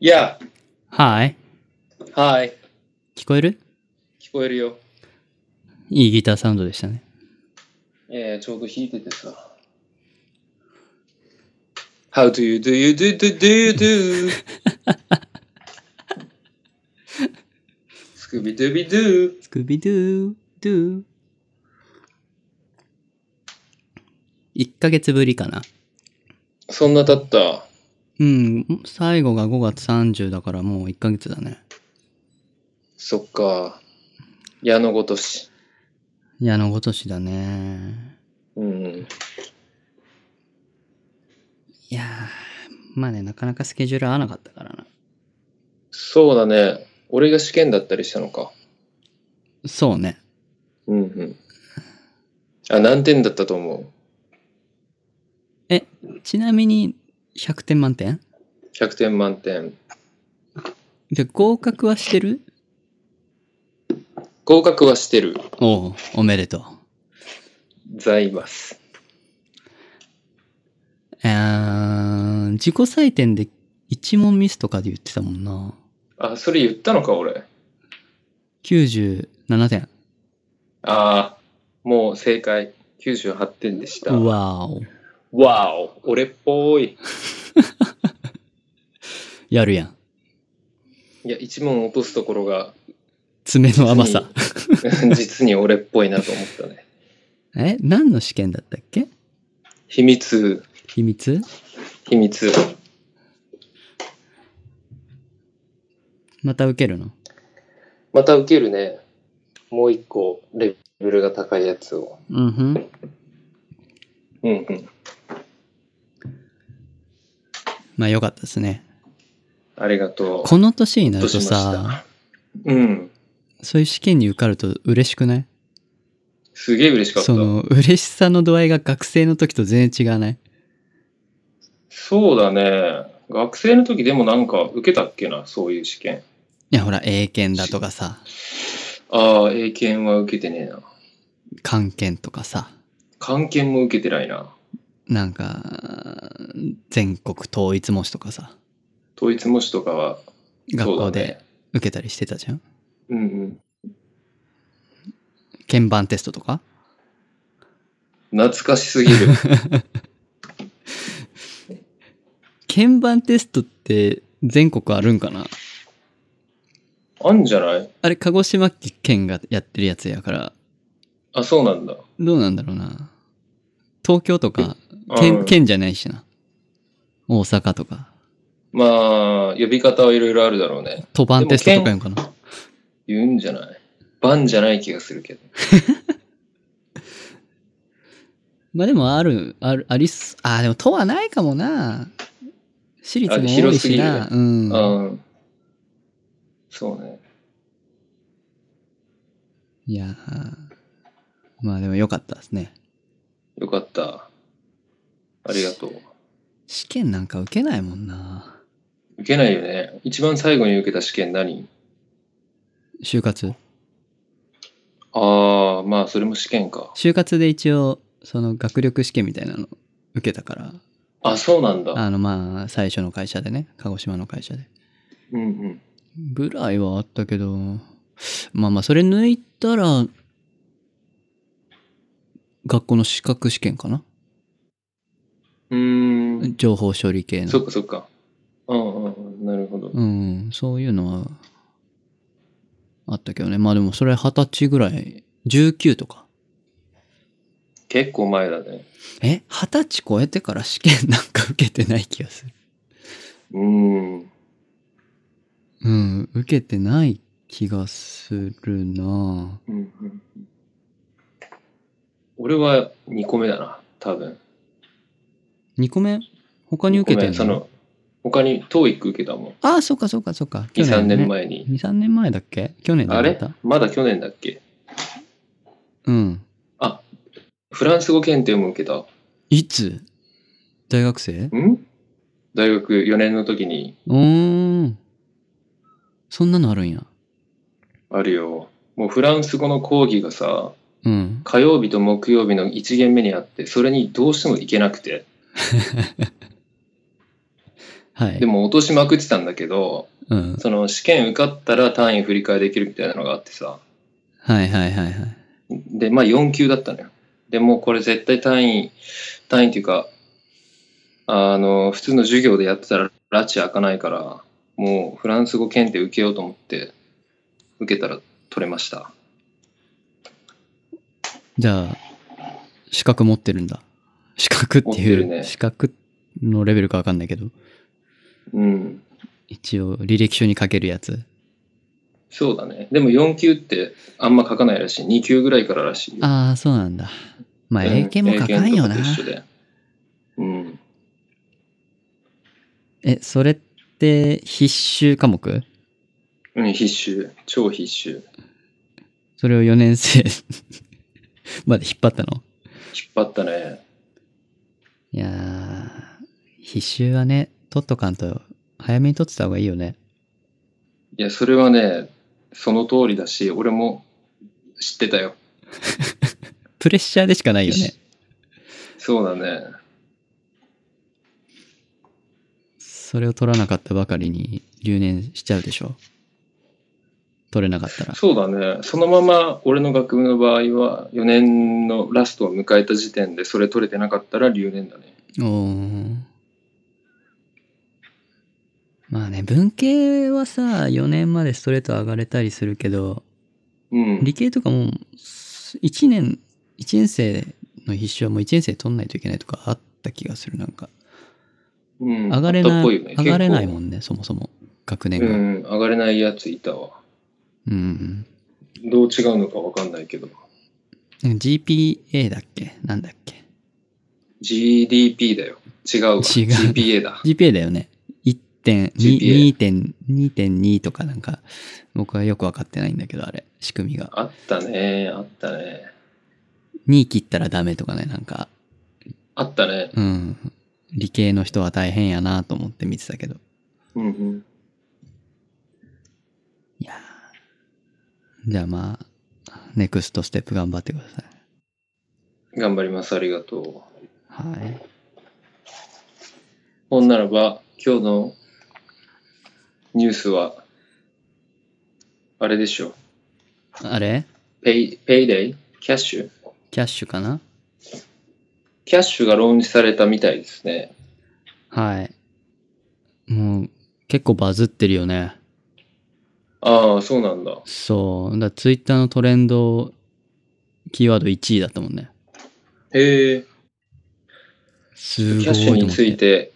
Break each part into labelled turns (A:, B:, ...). A: や
B: はい。
A: あ、はい。
B: 聞こえる
A: 聞こえるよ。
B: いいギターサウンドでしたね。
A: えー、ちょうど弾いててさ。How do you do you do do do you do? スクビドゥビドゥ。
B: スクビドゥー、ドゥー。1ヶ月ぶりかな。
A: そんな経った。
B: うん、最後が5月30だからもう1ヶ月だね。
A: そっか。矢のごとし。
B: 矢のごとしだね。
A: うん。
B: いやー、まあね、なかなかスケジュール合わなかったからな。
A: そうだね。俺が試験だったりしたのか。
B: そうね。
A: うんうん。あ、何点だったと思う
B: ちなみに、100点満点
A: ?100 点満点。
B: で合格はしてる
A: 合格はしてる。
B: おう、おめでとう。
A: ざいます。
B: えー、自己採点で1問ミスとかで言ってたもんな。
A: あ、それ言ったのか、俺。
B: 97点。
A: ああ、もう正解。98点でした。わ
B: わお。
A: お、俺っぽい。
B: やるやん。
A: いや、一問落とすところが、
B: 爪の甘さ。
A: 実に 俺っぽいなと思ったね。
B: え何の試験だったっけ
A: 秘密、
B: 秘密
A: 秘密。
B: また受けるの
A: また受けるね。もう一個、レベルが高いやつを。
B: うんふん。
A: うんうん。
B: まあよかったですね。
A: ありがとう。
B: この年にな
A: ほ
B: る
A: っ
B: と
A: しました
B: さ、
A: うん。
B: そういう試験に受かると嬉しくない
A: すげえ嬉しかった。
B: そ
A: そう
B: の、嬉しさの度合いが学生の時と全然違わない
A: だね。学生の時でもなんか受けたっけな、そういう試験。
B: いや、ほら、英検だとかさ、
A: ああ、英検は受けてねえな。
B: 漢検とかさ、
A: 漢検も受けてないな。
B: なんか、全国統一模試とかさ、
A: 統一模試とかは、
B: 学
A: そ
B: 校
A: うだね
B: で。受けたりしてたじゃん、
A: うんうん。
B: 鍵盤テストとか
A: 懐かしすぎ る。
B: 鍵盤テストって全国あるんかな
A: あんじゃない
B: あれ、鹿児島県がやってるやつやから、
A: あ、そうなんだ。
B: どうなんだろうな。東京とか、
A: うん
B: 県、県じゃないしな。大阪とか、
A: まあ、呼び方はいろいろあるだろうね。
B: 都番テストとかやんかな。
A: 言うんじゃない番じゃない気がするけど。
B: まあでもある、ある、ありす、あー、でも都はないかもな。私立も多い
A: 広すぎ
B: し
A: る
B: な。うん。
A: うん。そうね。
B: いやーまあでも良かったですね。
A: よかった。ありがとう。
B: 試験なんか受けないもんな。
A: 受けないよね。一番最後に受けた試験何
B: 就活
A: ああ、まあ、それも試験か。
B: 就活で一応、その学力試験みたいなの受けたから、
A: あ、そうなんだ。
B: あのまあ最初の会社でね、鹿児島の会社で。
A: うんうん。
B: ぐらいはあったけど、まあまあそれ抜いたら、学校の資格試験かな
A: うーん。
B: 情報処理系
A: そっ
B: の。
A: かそっか。うんうんうん。なるほど。
B: うん、そういうのはあったけどね。まあでもそれ二十歳ぐらい、19とか。
A: 結構前だね。
B: え二十歳超えてから試験なんか受けてない気がする。
A: うーん。
B: うん、受けてない気がするなぁ
A: うんうん俺は2個目だな、多分。
B: 2個目他に受けて
A: ごめ
B: ん
A: んその、他に TOEIC 受けたもん。
B: ああ、そうかそうかそうか。
A: 2、3
B: ね
A: 年前に。
B: 2、3年前だっけ去年だ
A: あ
B: っ
A: れ
B: た
A: まだ去年だっけ
B: うん。
A: フランス語検定も受けた。
B: いつ大学生
A: ん大学4年の時に
B: うーん。そんなのあるんや。
A: あるよ。もうフランス語の講義がさ、
B: うん。
A: 火曜日と木曜日の1限目にあって、それにどうしても行けなくて。
B: はい
A: で。も落としまくってたんだけど、
B: うん。
A: その試験受かったら単位振り替えできるみたいなのがあってさ。
B: はいはいはいはい。
A: で、まあ4級だったのよ。でもうこれ絶対単位、単位っていうか、あの、普通の授業でやってたら拉致開かないから、もうフランス語検定受けようと思って、受けたら取れました。
B: じゃあ、資格持ってるんだ。資格って
A: 持
B: い
A: ってる
B: う、
A: ね
B: 資格のレベルかわかんないけど、
A: うん。
B: 一応履歴書に書けるやつ。
A: そうだね。でも4級ってあんま書かないらしい。2級ぐらいかららしいよ。
B: ああ、そうなんだ。まあ、
A: うん
B: 英検も書かんよな
A: 英。検とかと一緒でうん。
B: え、それって必修科目
A: うん、必修。超必修。
B: それを4年生 まで引っ張ったの
A: 引っ張ったね。
B: いやー、必修はね、取っとかんと、早めに取ってた方がいいよね。
A: いや、それはね、その通りだし、俺も知ってたよ。
B: プレッシャーでしかないよね。
A: そうだね。
B: それを取らなかったばかりに留年しちゃうでしょ。取れなかったら。
A: そうだね。そのまま俺の学部の場合は、4年のラストを迎えた時点で、それ取れてなかったら留年だね。
B: おーまあね、文系はさ、4年までストレート上がれたりするけど、
A: うん
B: 理。系とかも、1年、1年生の必修はもう1年生で取んないといけないとかあった気がする、なんか。
A: うん、
B: 上がれな
A: あったっ
B: い、
A: ぽいよね
B: 上がれないも
A: ん。
B: んね、そもそも。学年
A: う
B: が。うん。
A: ん、上がれないやついたわ。
B: うん、
A: どう違うのかわかんないけど。
B: なんか GPA だっけなんだっけ
A: GDP だよ。違うわ。
B: 違う
A: GPA だ。
B: ?GPA だよね。
A: GPA
B: 1.2.2.2とかなんか、僕はよくわかってないんだけど、あれ、仕組みが。
A: あったね、あったね。
B: 2切ったらダメとかね、なんか、
A: あったね。
B: うん。理系の人は大変やなと思って見てたけど。
A: うんうん。
B: いやーじゃあまあ、ネクストステップ頑張ってください。
A: 頑張ります。ありがとう。
B: はい。
A: ほんならば、今日のニュースは、あれでしょ。
B: あれ
A: ペイ、ペイデイキャッシュ
B: キャッシュかな
A: キャッシュがローンチされたみたいですね。
B: はい。もう、結構バズってるよね。
A: ああ、そうなんだ。
B: そう。だツイッターのトレンド、キーワード1位だったもんね。
A: へえ。
B: すごい
A: キ
B: と
A: ャッシュ
B: 思
A: に
B: っ
A: つい
B: て。
A: て、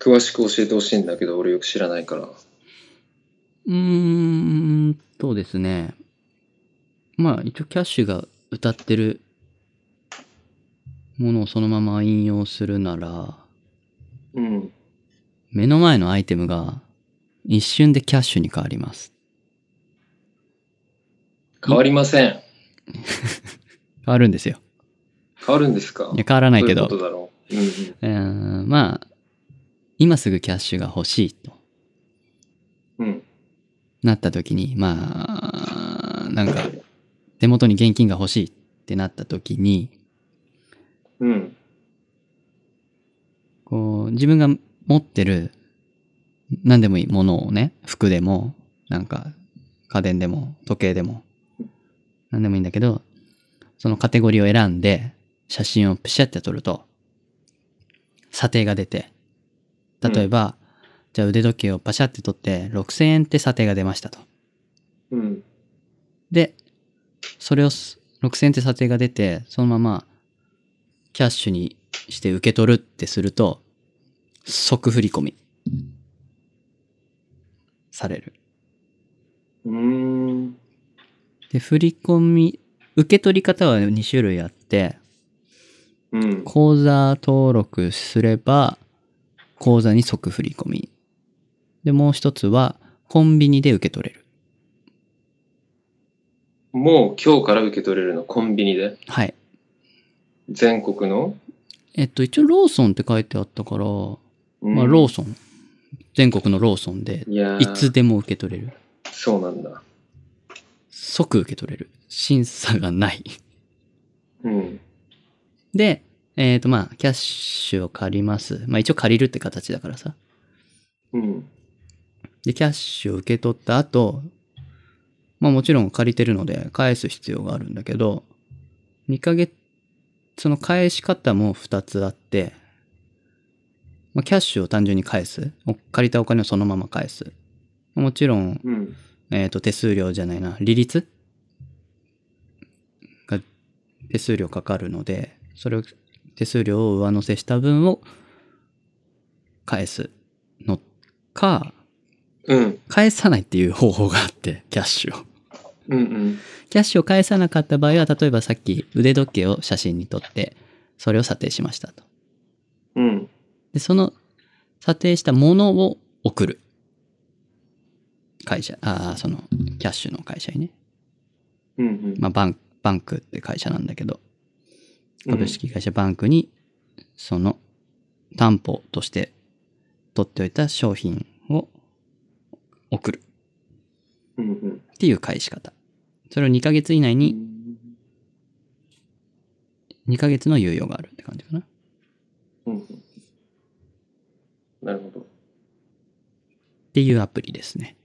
A: 詳しく教えてほしいんだけど、俺よく知らないから。
B: うーんとですね。まあ、一応キャッシュが歌ってるものをそのまま引用するなら、
A: うん。
B: 目の前のアイテムが一瞬でキャッシュに変わります。
A: 変わりません。
B: 変わるんですよ。
A: 変わるんですか
B: いや、変わらないけど。
A: そういうことだろう。うんうん。
B: うーんまあ、今すぐキャッシュが欲しいと
A: うん。
B: なった時に、まあ、なんか、手元に現金が欲しいってなった時に、
A: うん。
B: こう、自分が持ってる、何でもいいものをね、服でも、なんか、家電でも、時計でも、何でもいいんだけど、そのカテゴリーを選んで、写真をプシャって撮ると、査定が出て、例えば、じゃあ腕時計をパシャって撮って、6000円って査定が出ましたと。
A: うん。
B: で、それをす6000円って査定が出て、そのままキャッシュにして受け取るってすると、即振り込みされる。
A: うーん。
B: で、振り込み、受け取り方は2種類あって、
A: うん。
B: 口座登録すれば、口座に即振り込み。で、もう一つは、コンビニで受け取れる。
A: もう今日から受け取れるの、コンビニで。
B: はい。
A: 全国の、
B: えっと、一応、ローソンって書いてあったか
A: う
B: ら、
A: ん
B: まあ、ローソン。全国のローソンで
A: いやー
B: いつでも受け取れる。
A: そうなんだ。
B: 即受け取れる。審査がない。
A: うん。
B: で、えっ、とまあ、キャッシュを借ります。まあ一応借りるって形だからさ。
A: うん。
B: で、キャッシュを受け取った後、まあもちろん借りてるので返す必要があるんだけど、2ヶ月、その返し方も2つあって、まあキャッシュを単純に返す。お借りたお金をそのまま返す。もちろん、
A: うん。
B: えっ、と、手数料じゃないな、利率が、手数料かかるので、それを、手数料を上乗せした分を返すのか、
A: うん。
B: 返さないっていう方法があって、 キャッシュを。
A: うん。うん。
B: キャッシュを返さなかった場合は、例えばさっき腕時計を写真に撮って、それを査定しましたと。
A: うん。
B: で、その査定したものを送る。会社、ああ、その、キャッシュの会社にね。
A: うん。うん。
B: まあ、バンク、バンクって会社なんだけど、
A: うん
B: 株。式会社バンクに、その、担保として取っておいた商品を送る
A: うん。うん。
B: っていう返し方。それを2ヶ月以内に2ヶ月の猶予があるって感じかな。
A: うん。なるほど。
B: っていうアプリですね。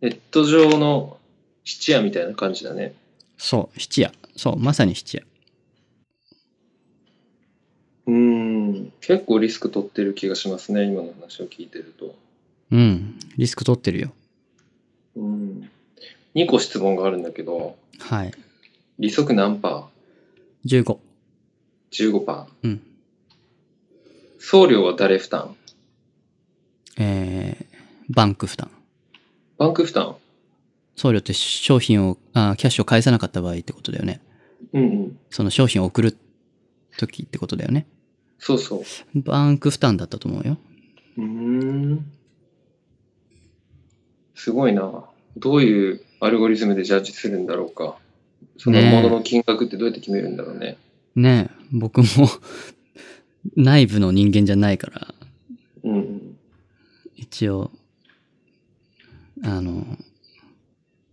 A: ネット上の質屋みたいな感じだね。
B: そう、質屋。そう、まさに質屋。
A: うーん。結構リスク取ってる気がしますね、今の話を聞いてると。
B: うん。リスク取ってるよ。
A: うん。2個質問があるんだけど、
B: はい。
A: 利息何パ
B: 15。
A: ー ?15 パー。
B: うん。
A: 送料は誰負担
B: えー、バンク負担。
A: バンク負担
B: 送料って商品を、あーキャッシュを返さなかった場合ってことだよね。
A: うんうん。
B: その商品を送る時ってことだよね。
A: そうそう。
B: バンク負担だったと思うよ。
A: うーん。すごいな。どういうアルゴリズムでジャッジするんだろうか。その
B: ねえ
A: ものの金額ってどうやって決めるんだろうね。
B: ねえ、僕も 内部の人間じゃないから、
A: うんうん。
B: 一応、あの、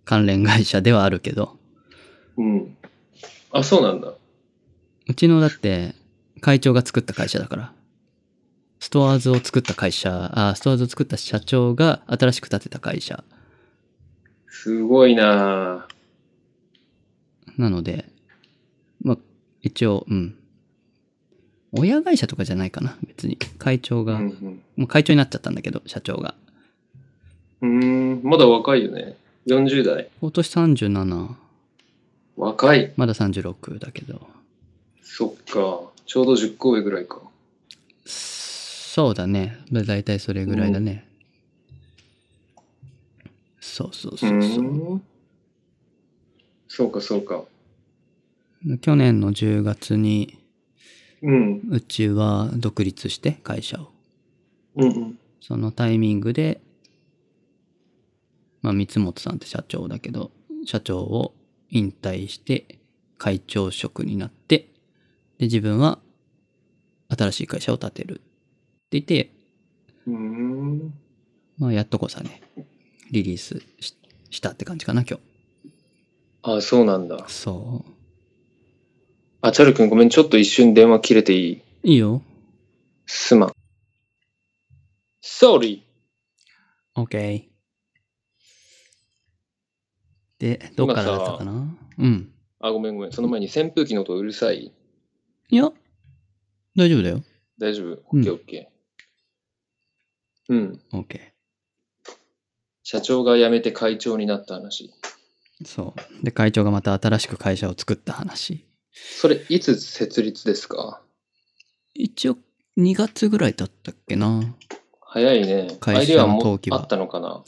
B: 関連会社ではあるけど、
A: うん。あ、そうなんだ。
B: うちのだって会長が作った会社だから。ストアーズを作った会社、あストアーズを作った社長が新しく建てた会社。
A: すごいな。
B: なので、まあ、一応、うん。親会社とかじゃないかな、別に。会長
A: う
B: が、
A: ん
B: もう会長になっちゃったんだけど、社長が。
A: うん。うーん。まだ若いよね。40代。
B: 今年37、
A: 若い。
B: まだ36だけど。
A: そっか。ちょうど10個上ぐらいか。
B: そうだね。だだいたいそれぐらいだね。そうそう
A: う
B: そうそう。
A: ーん。そうか、そうか。
B: 去年の10月に、
A: うん。
B: うちは独立して会社を
A: うんうん。
B: そのタイミングでまあ三本さんって社長だけど社長を引退して会長職になってで自分は新しい会社を建てるって言って、
A: うーん。
B: まあ、やっとこさねリリースししたって感じかな今
A: あ、そうなんだ
B: 日。そう
A: あ、チャル君ごめん、ちょっと一瞬電話切れていい
B: いいよ
A: すまん。Sorry!
B: OK でどっからだったかなうん
A: あ、ごめんごめん。その前に扇風機の音うるさい
B: いや大丈夫だよ
A: 大丈夫
B: うん
A: ?OKOK、オッケーうん。
B: OK
A: 社長が辞めて会長になった話。
B: そう。で、会長がまた新しく会社を作った話。
A: それ、いつ設立ですか
B: 一応、2月ぐらいだったっけな。
A: 早いね。ア
B: 会
A: イデ
B: 社
A: ア
B: の
A: も
B: 登記
A: あ
B: は
A: ったのかな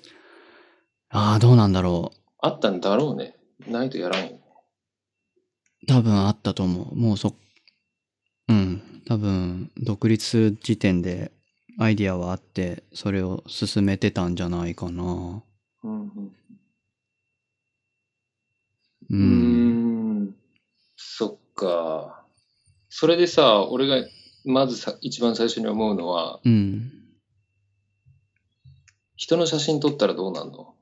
B: ああ、どうなんだろ
A: あったんだろうね。ないとやらんよ。
B: う。多分あったと思う。もうそ、うん。多分、独立する時点で、アイディアはあって、それを進めてたんじゃないかな。
A: うん
B: う
A: うん、うー
B: ん。
A: ん。そっか。それでさ、俺がまずさ一番最初に思うのは、
B: うん。
A: 一人の写真撮ったらどうなんの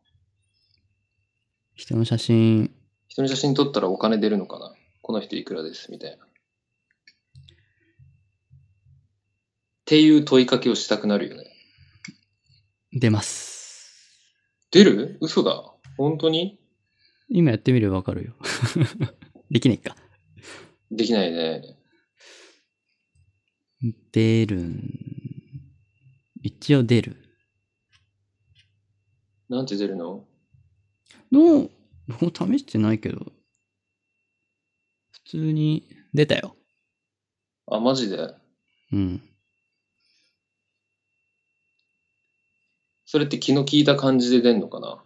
B: 人の写真、
A: 人の写真撮ったらお金出るのかなこの人いくらですみたいな。っていう問いかけをしたくなるよね。
B: 出ます。
A: 出る嘘だ。本当に
B: 今やってみればわかるよ。 できないか。
A: できないね。
B: 出るん。一応出る。
A: なんて出るの
B: どう、どう試してないけど。普通に出たよ。
A: あ、マジで。
B: うん。
A: それって気の利いた感じで出んのかな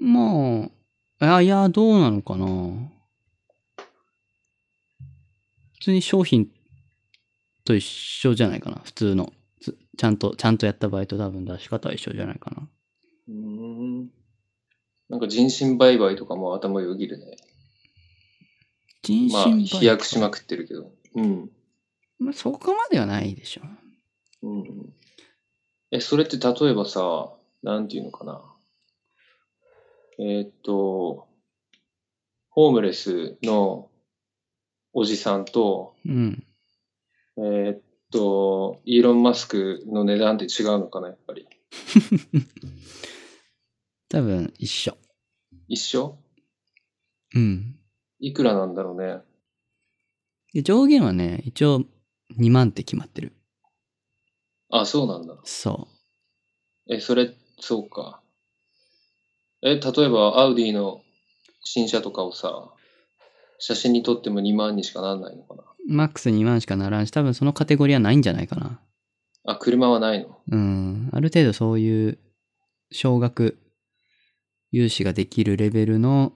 B: まあ、あいや、どうなのかな。普通に商品と一緒じゃないかな。普通の。つちゃんと、ちゃんとやった場合と多分出し方は一緒じゃないかな。
A: うーん。なんか人身売買とかも頭よぎるね。
B: 人身
A: まあ、
B: 売
A: 飛躍しまくってるけど。うん。
B: まあ、そこまではないでしょ。
A: うんうん。え、それって例えばさ、なんていうのかな。えーっと、ホームレスのおじさんと、
B: うん。
A: えーっと、イーロン・マスクの値段って違うのかな、やっぱり。
B: 多分一緒。
A: 一緒
B: うん。
A: いくらなんだろうね。
B: で上限はね、一応2万って決まってる。
A: あ、そうなんだ。
B: そ
A: え、それ、そうか。え、例えば、アウディの新車とかをさ、写真に撮っても2万にしかなんないのかな。
B: う。マックス2万しかならんし、多分そのカテゴリーはないんじゃないかな。
A: あ、車はないの。
B: うん。ある程度そういう、少額、融資ができるレベルの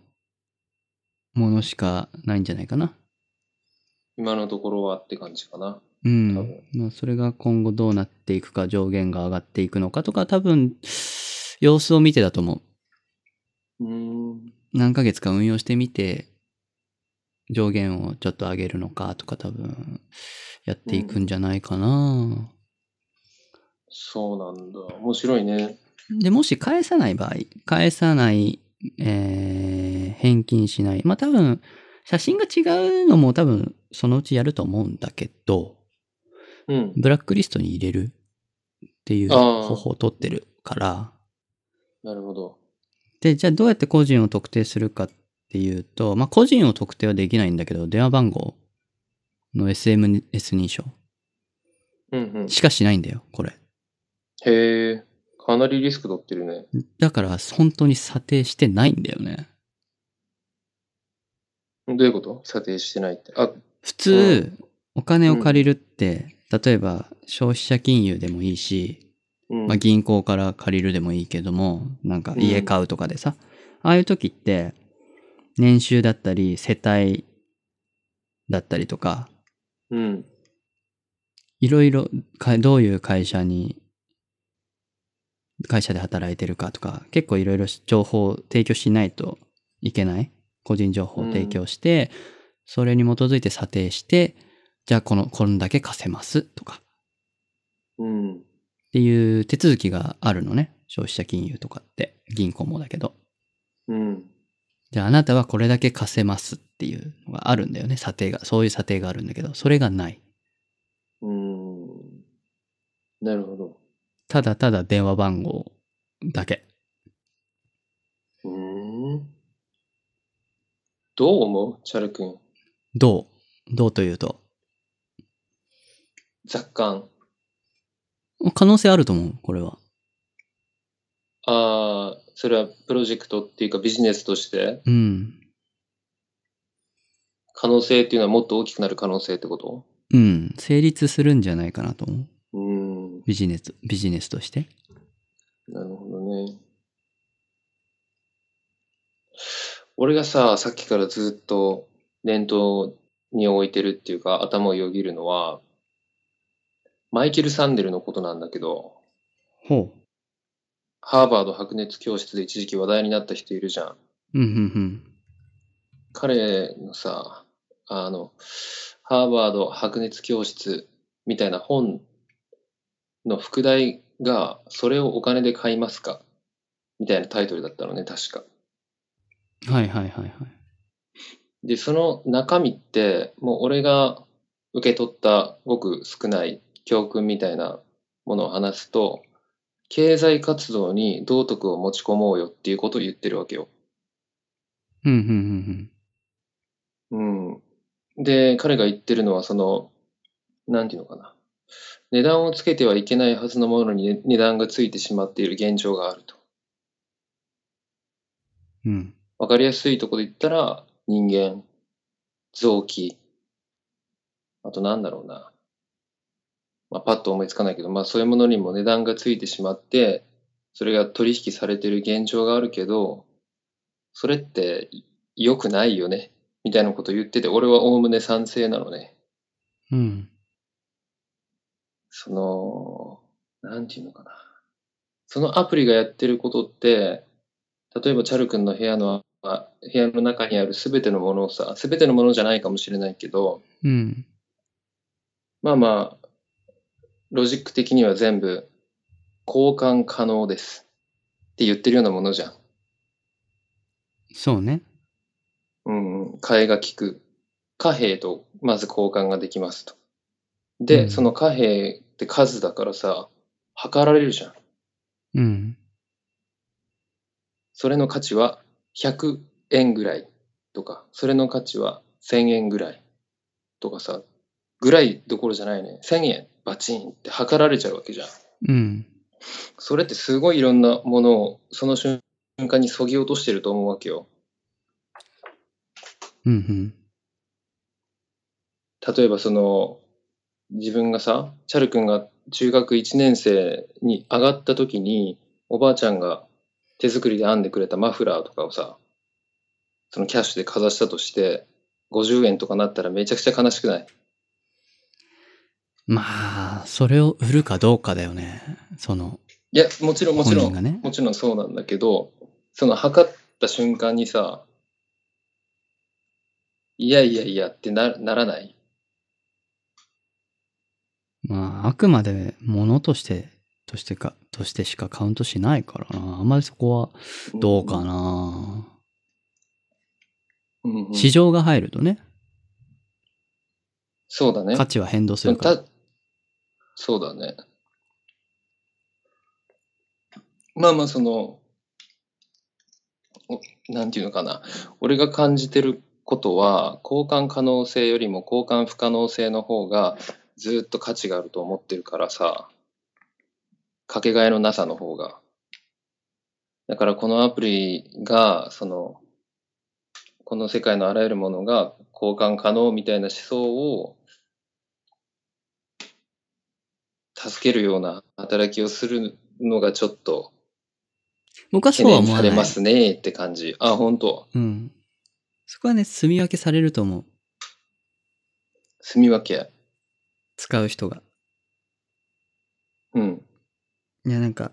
B: ものしかないんじゃないかな。
A: 今のところはって感じかな。
B: う
A: 多
B: ん
A: 分。
B: まあ、それが今後どうなっていくか、上限が上がっていくのかとか、多分、様子を見てだと思う。
A: うーん。
B: 何ヶ月か運用してみて、上限をちょっと上げるのかとか多分、やっていくんじゃないかな、
A: そうなんだ。面白いね。
B: で、もし返さない場合、返さない、えー、返金しない。まあ、多分、写真が違うのも多分、そのうちやると思うんだけど、
A: うん。
B: ブラックリストに入れるっていう
A: あー
B: 方法を取ってるから、
A: なるほど。
B: で、じゃあどうやって個人を特定するかっていうと、まあ、個人を特定はできないんだけど、電話番号の SMS 認証
A: うんうん。
B: しかしないんだよ、これ。
A: へえ。かなりリスク取ってるね。
B: だから、本当に査定してないんだよね。
A: どういうこと査定してないって。あ、
B: 普通、お金を借りるって、例えば消費者金融でもいいし、
A: うん。
B: まあ、銀行から借りるでもいいけども、なんか家買うとかでさ、ああいう時って、年収だったり、世帯だったりとか、
A: うん。
B: いろいろかどういう会社に会社で働いてるかとか結構いろいろ情報を提供しないといけない個人情報を提供して、それに基づいて査定してじゃあこのこんだけ貸せますとか
A: うん。
B: っていう手続きがあるのね消費者金融とかって銀行もだけど
A: うん。
B: じゃああなたはこれだけ貸せますっていうのがあるんだよね査定がそういう査定があるんだけどそれがない
A: うん。なるほど。
B: ただただ電話番号だけ
A: うーん。どう思うチャル君。
B: どうどうというと
A: 雑感。
B: 可能性あると思う、これは。
A: ああ、それはプロジェクトっていうかビジネスとして
B: うん。
A: 可能性っていうのはもっと大きくなる可能性ってこと
B: うん。成立するんじゃないかなと思う。
A: うーん。
B: ビジネス、ビジネスとして。
A: なるほどね。俺がさ、さっきからずっと念頭に置いてるっていうか頭をよぎるのは、マイケル・サンデルのことなんだけど、
B: ほ
A: ハーバード白熱教室で一時期話題になった人いるじゃん。
B: う。うん、うん、
A: 彼のさ、あの、ハーバード白熱教室みたいな本の副題が、それをお金で買いますかみたいなタイトルだったのね、確か。
B: はいはいはいはい。
A: で、その中身って、もう俺が受け取ったごく少ない教訓みたいなものを話すと、経済活動に道徳を持ち込もうよっていうことを言ってるわけよ。
B: うんうんうん
A: うん。で、彼が言ってるのは、その、なんていうのかな。値段をつけてはいけないはずのものに値段がついてしまっている現状があると。
B: うん。うん。
A: わかりやすいとこで言ったら、人間、臓器、あとなんだろうな。まあ、パッと思いつかないけど、まあそういうものにも値段がついてしまって、それが取引されてる現状があるけど、それって良くないよね、みたいなことを言ってて、俺は概ね賛成なのね。
B: うん。
A: その、なんていうのかな。そのアプリがやってることって、例えばチャル君の部屋の、あ部屋の中にあるすべてのものをさ、すべてのものじゃないかもしれないけど、
B: うん。
A: まあまあ、ロジック的には全部交換可能ですって言ってるようなものじゃん。
B: そうね。
A: うんうん、替えが利く貨幣とまず交換ができますと。で、
B: うん
A: その貨幣って数だからさ、測られるじゃん。
B: うん。
A: それの価値は100円ぐらいとか、それの価値は1000円ぐらいとかさ、ぐらいどころじゃないね。1000円バチンって測られちゃうわけじゃん。
B: うん。
A: それってすごいいろんなものをその瞬間にそぎ落としてると思うわけよ。
B: うんうん。
A: 例えばその自分がさチャル君が中学1年生に上がった時におばあちゃんが手作りで編んでくれたマフラーとかをさそのキャッシュでかざしたとして50円とかなったらめちゃくちゃ悲しくない
B: まあ、それを売るかどうかだよね。その、
A: いやもちろんも
B: 本
A: ちろ
B: 人
A: ん、
B: がね。
A: もちろんそうなんだけどその測った瞬間にさいやいやいやってなならない
B: まあ、あくまで物として、としてか、としてしかカウントしないからな。あんまりそこはどうかな。
A: うんうん
B: 市場が入るとね、
A: そうだね
B: 価値は変動するから。
A: たそうだね。まあまあ、その、おなんていうのかな。俺が感じてることは、交換可能性よりも交換不可能性の方が、ずっと価値があると思ってるからさ、かけがえのなさの方が。だからこのアプリが、その、この世界のあらゆるものが交換可能みたいな思想を助けるような働きをするのがちょっと
B: 僕は
A: 懸
B: そうは
A: 念
B: 思わ
A: さ
B: ない
A: れ。ますねって感じ。あ、本当
B: うん。そこはね、住み分けされると思う。
A: 住み分け。
B: 使う人が。
A: うん。
B: いや、なんか、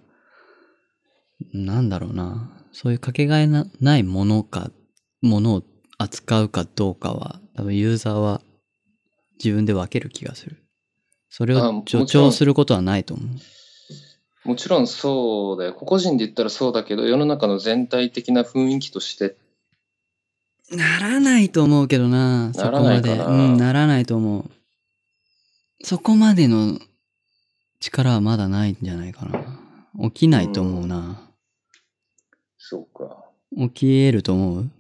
B: なんだろうな。そういうかけがえなないものか、ものを扱うかどうかは、多分ユーザーは自分で分ける気がする。それ
A: あ
B: を
A: も
B: 助
A: ちろ
B: 長
A: ん
B: することはないと思う。
A: もちろんそうだよ。個々人で言ったらそうだけど、世の中の全体的な雰囲気として、
B: ならないと思うけどな、そ
A: な
B: こ
A: らな
B: ま
A: いか
B: で。
A: な
B: うん、ならないと思う。そこまでの力はまだないんじゃないかな。起きないと思うな。
A: そうか。
B: 起き得ると思う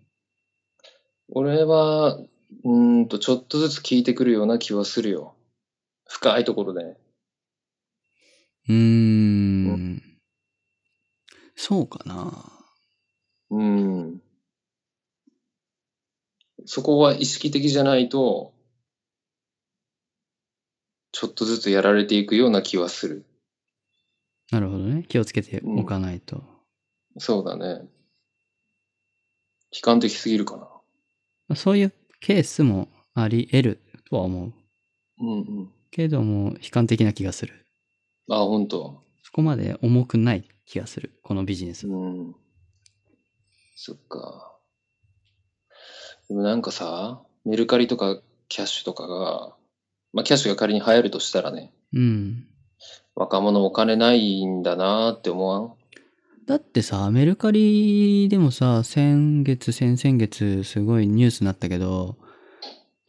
A: 俺は、うーんと、ちょっとずつ聞いてくるような気はするよ。深いところで。
B: うーん。そうかな。
A: うん。そこは意識的じゃないと、ちょっとずつやられていくような気はする。
B: なるほどね。気をつけておかないと。
A: そうだね。悲観的すぎるかな。
B: そういうケースもあり得るとは思う。
A: うんうん。
B: けども、悲観的な気がする。
A: あ、本当。
B: そこまで重くない気がする。このビジネス。
A: うん。そっか。でもなんかさ、メルカリとかキャッシュとかが、まあキャッシュが仮に流行るとしたらね、
B: うん。
A: 若者お金ないんだなーって思わん
B: だってさ、メルカリでもさ、先月、先々月、すごいニュースになったけど、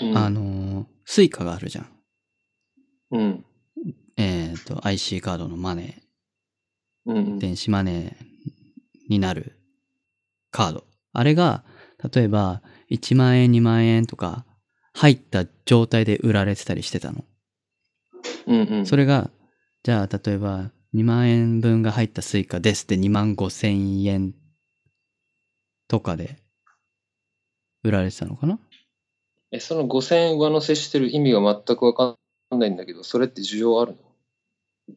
A: うん。
B: あのー、スイカがあるじゃん。
A: うん。
B: えっ、と、IC カードのマネ
A: うんうん
B: ー、電子マネーになるカード。あれが、例えば、1万円、2万円とか、入った状態で売られてたりしてたの。
A: うんうん。
B: それが、じゃあ、例えば、2万円分が入ったスイカですって2万5千円とかで売られてたのかな
A: え、その5000円上乗せしてる意味が全くわかんないんだけど、それって需要あるの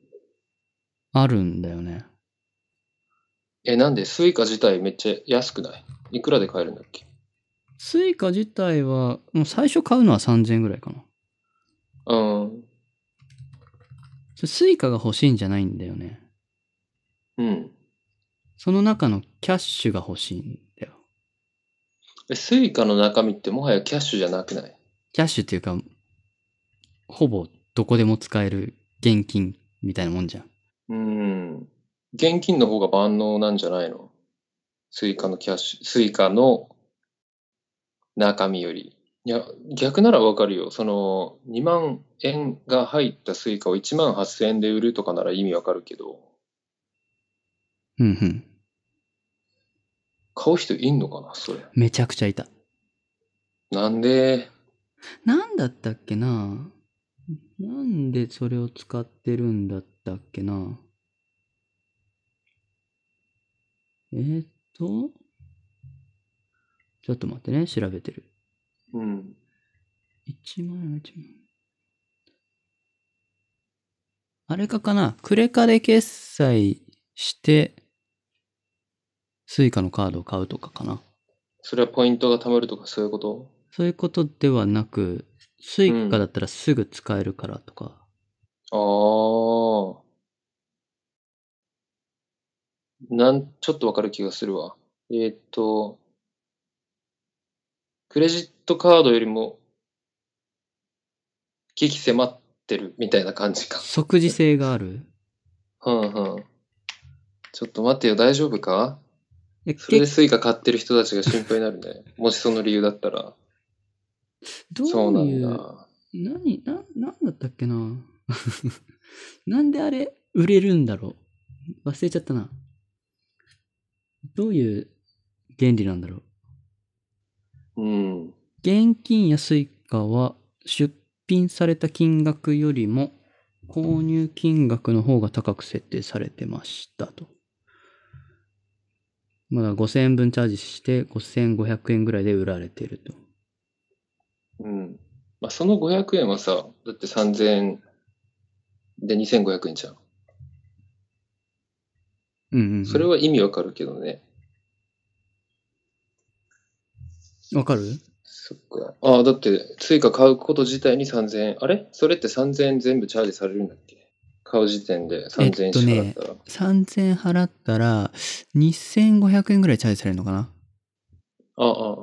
B: あるんだよね。
A: え、なんでスイカ自体めっちゃ安くないいくらで買えるんだっけ
B: スイカ自体は、もう最初買うのは3000円ぐらいかな。
A: うん。
B: それスイカが欲しいんじゃないんだよね。
A: うん。
B: その中のキャッシュが欲しいんだよ。
A: え、スイカの中身ってもはやキャッシュじゃなくない
B: キャッシュっていうか、ほぼどこでも使える現金みたいなもんじゃん。
A: うん。現金の方が万能なんじゃないのスイカのキャッシュ、スイカの中身より。いや、逆ならわかるよ。その、2万円が入ったスイカを1万8000円で売るとかなら意味わかるけど、
B: うんうん。
A: 買う人いんのかなそれ。
B: めちゃくちゃいた。
A: なんで、
B: なんだったっけななんでそれを使ってるんだったっけなえーっと、ちょっと待ってね、調べてる。
A: うん。
B: 1万円、1万円。あれかかなクレカで決済して、スイカのカードを買うとかかな
A: それはポイントが貯まるとかそういうこと
B: そういうことではなく、スイカだったらすぐ使えるからとか。
A: ああ。なん、ちょっとわかる気がするわ。えーっと、クレジットカードよりも、危機迫ってるみたいな感じか。
B: 即時性がある。
A: うんうん。ちょっと待ってよ、大丈夫か
B: え
A: それで
B: 結
A: スイカ買ってる人たちが心配になるね。もしその理由だったら。そう
B: ど
A: な
B: うい
A: ん
B: う、
A: だ。
B: 何、な、なんだったっけな なんであれ売れるんだろう忘れちゃったな。どういう原理なんだろう
A: うん。
B: 現金やスイカは出品された金額よりも購入金額の方が高く設定されてましたと。まだ5000円分チャージして5500円ぐらいで売られていると。
A: うん。まあ、その500円はさ、だって3000円で2500円じゃん。
B: うんうんうん、
A: それは意味わかるけどね。
B: わかる
A: そっか。ああ、だって、追加買うこと自体に3000円。あれそれって3000円全部チャージされるんだっけ買う時点で3000円しかだったら。
B: 3000円払ったら2500円ぐらいチャージされるのかな
A: ああ、ああ。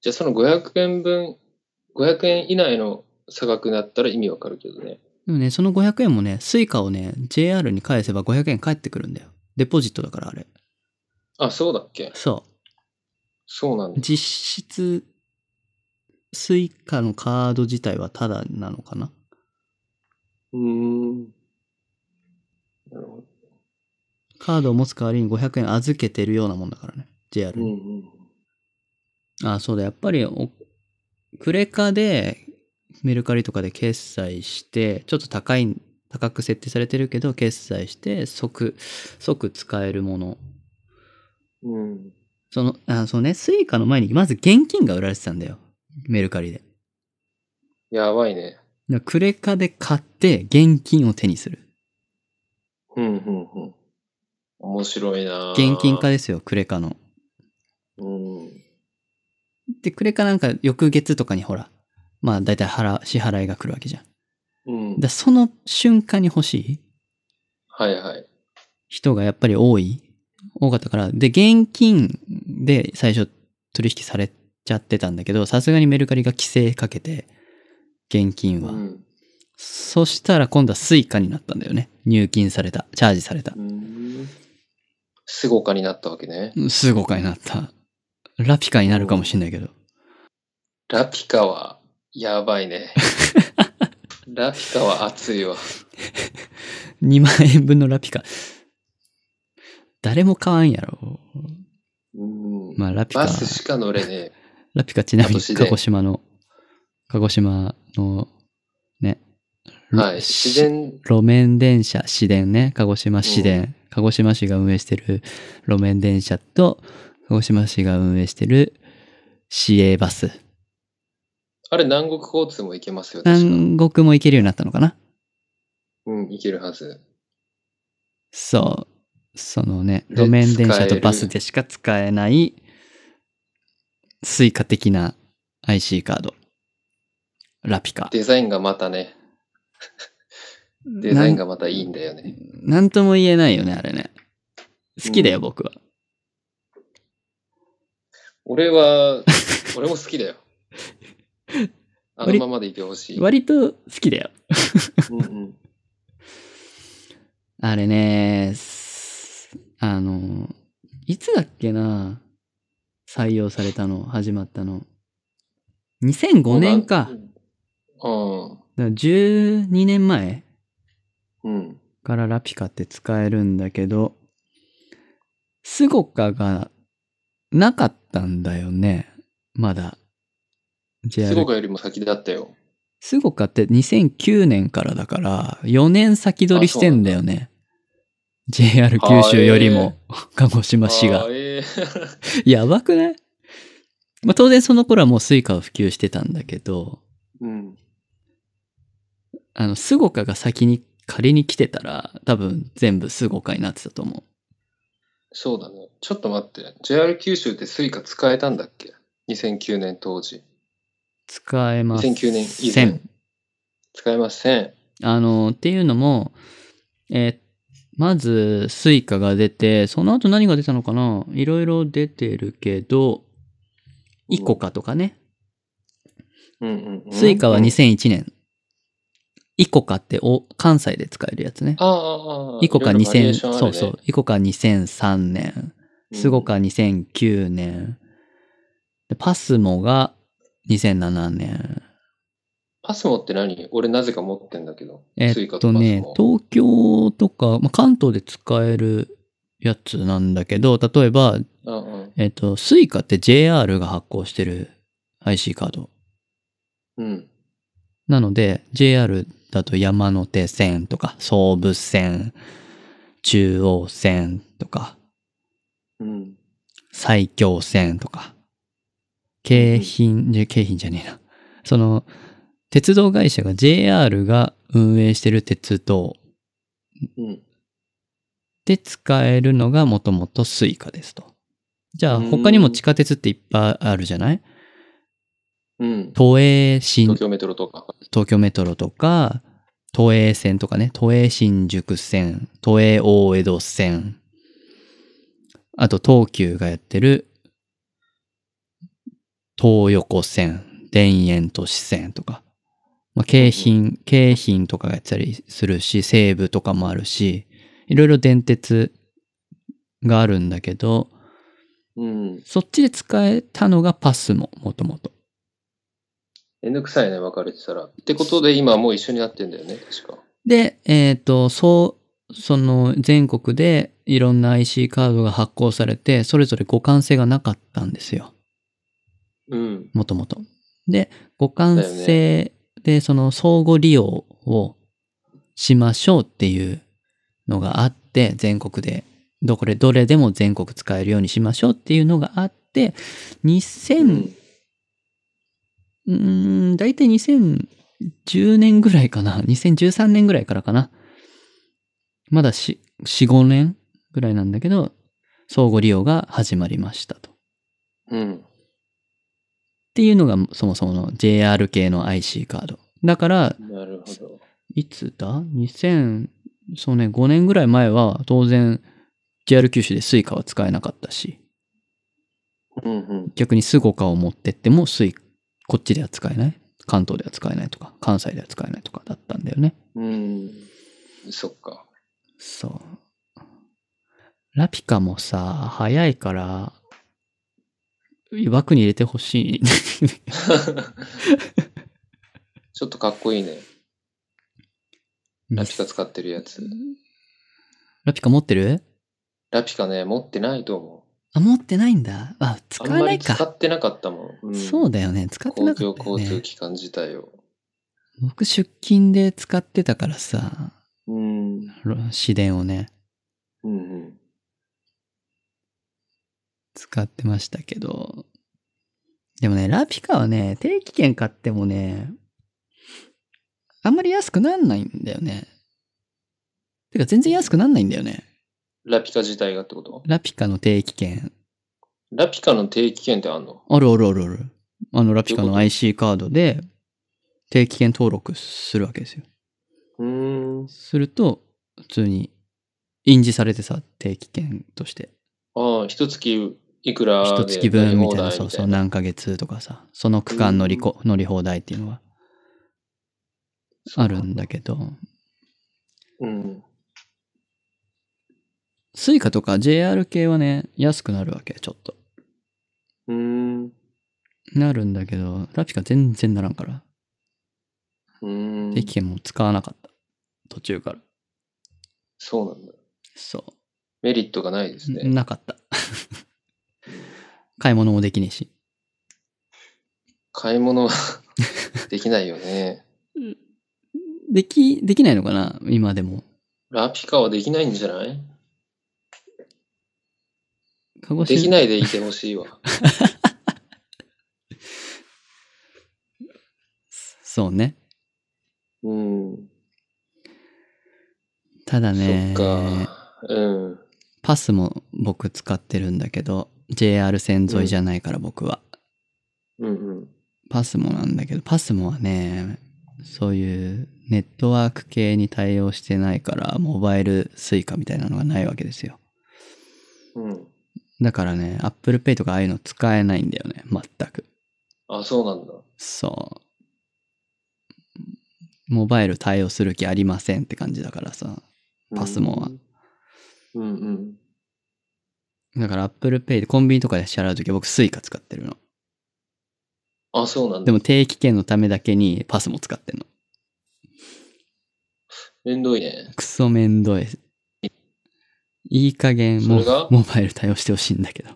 A: じゃあその500円分、500円以内の差額だったら意味わかるけどね。
B: でもねその500円もねスイカをね JR に返せば500円返ってくるんだよデポジットだからあれ
A: あ、そうだっけ
B: そ
A: そうなん
B: う
A: だ。
B: 実質スイカのカード自体はタダなのかな
A: うーん。なるほど。
B: カードを持つ代わりに500円預けてるようなもんだからね JR
A: うん
B: に、
A: うん。
B: あそうだやっぱりおクレカでメルカリとかで決済してちょっと高い高く設定されてるけど決済して即即使えるもの
A: うん。
B: そのあそうねスイカの前にまず現金が売られてたんだよメルカリで
A: やばいね。
B: だからクレカで買って現金を手にする
A: うんうんうん。面白いなぁ
B: 現金化ですよクレカの
A: うん。
B: でクレカなんか翌月とかにほらまあ大体払支払いが来るわけじゃんだか
A: うん。
B: らその瞬間に欲しい
A: はいはい。
B: 人がやっぱり多い多かったからで現金で最初取引されちゃってたんだけどさすがにメルカリが規制かけて現金
A: う
B: は
A: ん。
B: そしたら今度はスイカになったんだよね。入金された。チャージされた。
A: うん。すごかになったわけね。
B: すごかになった。ラピカになるかもしんないけど。
A: ラピカは、やばい ね。ラピカは熱いわ。
B: 2万円分のラピカ。誰も買わんやろ。
A: うん。
B: まあラピカ
A: バ、スしか乗れねえ。
B: ラピカちなみ
A: 今
B: に
A: 年で
B: 鹿児島の、鹿児島のね、ろ
A: はい。自然、
B: 路面電車、市電ね、鹿児島市電、鹿児島市が運営してる路面電車と、鹿児島市が運営してる市営バス。
A: あれ南国交通も行けますよ。確か
B: 南国も行けるようになったのかな
A: うん、行けるはず。
B: そう。そのね、
A: で
B: 路面電車
A: 使え
B: と
A: る
B: バスでしか使えない、スイカ的な IC カード。ラピカ。
A: デザインがまたね、デザインがまたいいんだよね。
B: なんなんとも言えないよね、あれね。好きだよ、
A: うん
B: 僕は。
A: 俺 は、俺も好きだよ。あのままでいてほしい。
B: 割と好きだよ。
A: うんうん
B: あれね、すあの、いつだっけな、採用されたの、始まったの。2005年か。だか。
A: うん。
B: ら12年前
A: うん。
B: からラピカって使えるんだけど、スゴカがなかったんだよね。まだ。
A: すご
B: JR
A: かよりも先だったよ。
B: スゴカって2009年からだから、4年先取りしてんだよね。JR 九州よりも、鹿児島市が
A: あ。えー
B: やばくない、まあ、当然その頃はもうスイカを普及してたんだけど、
A: うん。
B: あの、スゴカが先に仮に来てたら、多分全部スゴカになってたと思う。
A: そうだね。ちょっと待って。JR 九州ってスイカ使えたんだっけ ?2009 年当時。
B: 使えません。
A: 2009年以前使えません。
B: あの、っていうのも、えーまず、スイカが出て、その後何が出たのかないろいろ出てるけど、イコカとかね。
A: うんうんうん。
B: スイカは
A: うん
B: 2001年。イコカってお関西で使えるやつね。
A: ああ、ああ。
B: イコカ
A: いろいろバリエーショ
B: 2000、
A: ンある
B: そ
A: ね
B: うそう。。イコカ2003年。スゴカ2009年。でパスモが2007年。
A: パスモって何俺なぜか持ってんだけど。
B: え
A: スイ
B: っ
A: カ
B: と
A: パスモ
B: ね、東京とか、まあ、関東で使えるやつなんだけど、例えば、
A: うんうん
B: えっと、スイカって JR が発行してる IC カード。
A: うん。
B: なので、JR だと山手線とか、総武線、中央線とか、
A: うん。
B: 埼京線とか、京浜、じゃ京浜じゃねえな。その、鉄道会社が JR が運営してる鉄道
A: うん。
B: で使えるのがもともとスイカですと。じゃあ
A: うん
B: 他にも地下鉄っていっぱいあるじゃない
A: うん。
B: 都営新
A: 東京メトロとか。
B: 東京メトロとか、都営線とかね、都営新宿線、都営大江戸線、あと東急がやってる、東横線、田園都市線とか、まあ、京浜、京浜とかがやってたりするし、西武とかもあるし、いろいろ電鉄があるんだけど、
A: うん。
B: そっちで使えたのがパスも、もともと。
A: めんどくさいね、別れてたら。ってことで今もう一緒になってんだよね、確か。
B: で、えっ、と、そう、その全国でいろんな IC カードが発行されて、それぞれ互換性がなかったんですよ。
A: うん。
B: もともと。で、互換性でその相互利用をしましょうっていうのがあって、全国で、どこで、どれでも全国使えるようにしましょうっていうのがあって、
A: う
B: 2000、。うーん、だいたい2010年ぐらいかな。2013年ぐらいからかな。まだし4、5年ぐらいなんだけど、相互利用が始まりましたと。っ
A: うん。
B: ていうのがそもそもの JR 系の IC カード。だから、
A: なるほど。
B: いつだ ?2000、そうね、5年ぐらい前は当然 JR 九州でスイカは使えなかったし、
A: うんうん。
B: 逆にスゴカを持ってってもスイこっちでは使えない関東では使えないとか、関西では使えないとかだったんだよね。
A: うん。そっか。
B: そう。ラピカもさ、早いから、枠に入れてほしい。
A: ちょっとかっこいいね。 ラピカ使ってるやつ。
B: ラピカ持ってる
A: ラピカね、持ってないと思
B: あ、持ってないんだ。あ、使
A: う。あん
B: わ
A: ま
B: な
A: り
B: い
A: 使
B: か。
A: ってなかったもん。うん
B: そうだよね。使ってなか
A: 公
B: ったよ
A: 共交
B: ね
A: 通。機関自体を。
B: 僕出勤で使ってたからさ、
A: うん。うん
B: ろ市電をね、
A: うん。
B: 使ってましたけど。でもね、ラピカはね、定期券買ってもね、あんまり安くなんないんだよね。てか全然安くなんないんだよね。
A: ラピカ自体がってこと
B: ラピカの定期券。
A: ラピカの定期券ってあんの
B: あるあるあるある。あの、ラピ
A: ど
B: カ
A: ういうこ
B: の
A: と
B: IC カードで定期券登録するわけですよ。
A: うーん。
B: すると、普通に印字されてさ、定期券として。
A: ああ、一月いくら
B: 一
A: で
B: 月分みた
A: 乗り
B: いな、
A: 放題
B: そうそう、何ヶ月とかさ、その区間乗りこ乗り放題っていうのはあるんだけど、
A: うん。
B: スイカとか JR 系はね、安くなるわけ、ちょっと。
A: うーん。
B: なるんだけど、ラピカ全然ならんから、
A: うーん
B: 定期券も使わなかった。途中から。
A: そうなんだ。
B: そ
A: メリットがないです
B: う。
A: ね。
B: なかった。 買い物もできねえし。
A: 買い物は できないよね。
B: でき、できないのかな今でも。
A: ラピカはできないんじゃない
B: 鹿児
A: でき
B: 島
A: ないでいてほしいわ。
B: そうね。
A: うん。
B: ただ
A: そっ
B: ね、
A: か。うん。
B: パスも僕使ってるんだけど、JR 線沿いじゃないから僕は。
A: うんうん。
B: パスモなんだけど、パスモはね、そういうネットワーク系に対応してないから、モバイルスイカみたいなのがないわけですよ。
A: うん。
B: だからね、Apple Pay とかああいうの使えないんだよね、全く。
A: あ、そうなんだ。
B: そう。モバイル対応する気ありませんって感じだからさ。
A: うん
B: パスモは。
A: うんうん。
B: だから Apple Pay でコンビニとかで支払うときは僕スイカ使ってるの。
A: あ、そうなんだ。
B: でも定期券のためだけにパスも使ってんの。
A: めんどいね。
B: クソめんどい。いい加減
A: そ
B: も
A: れが
B: モバイル対応してほしいんだけど。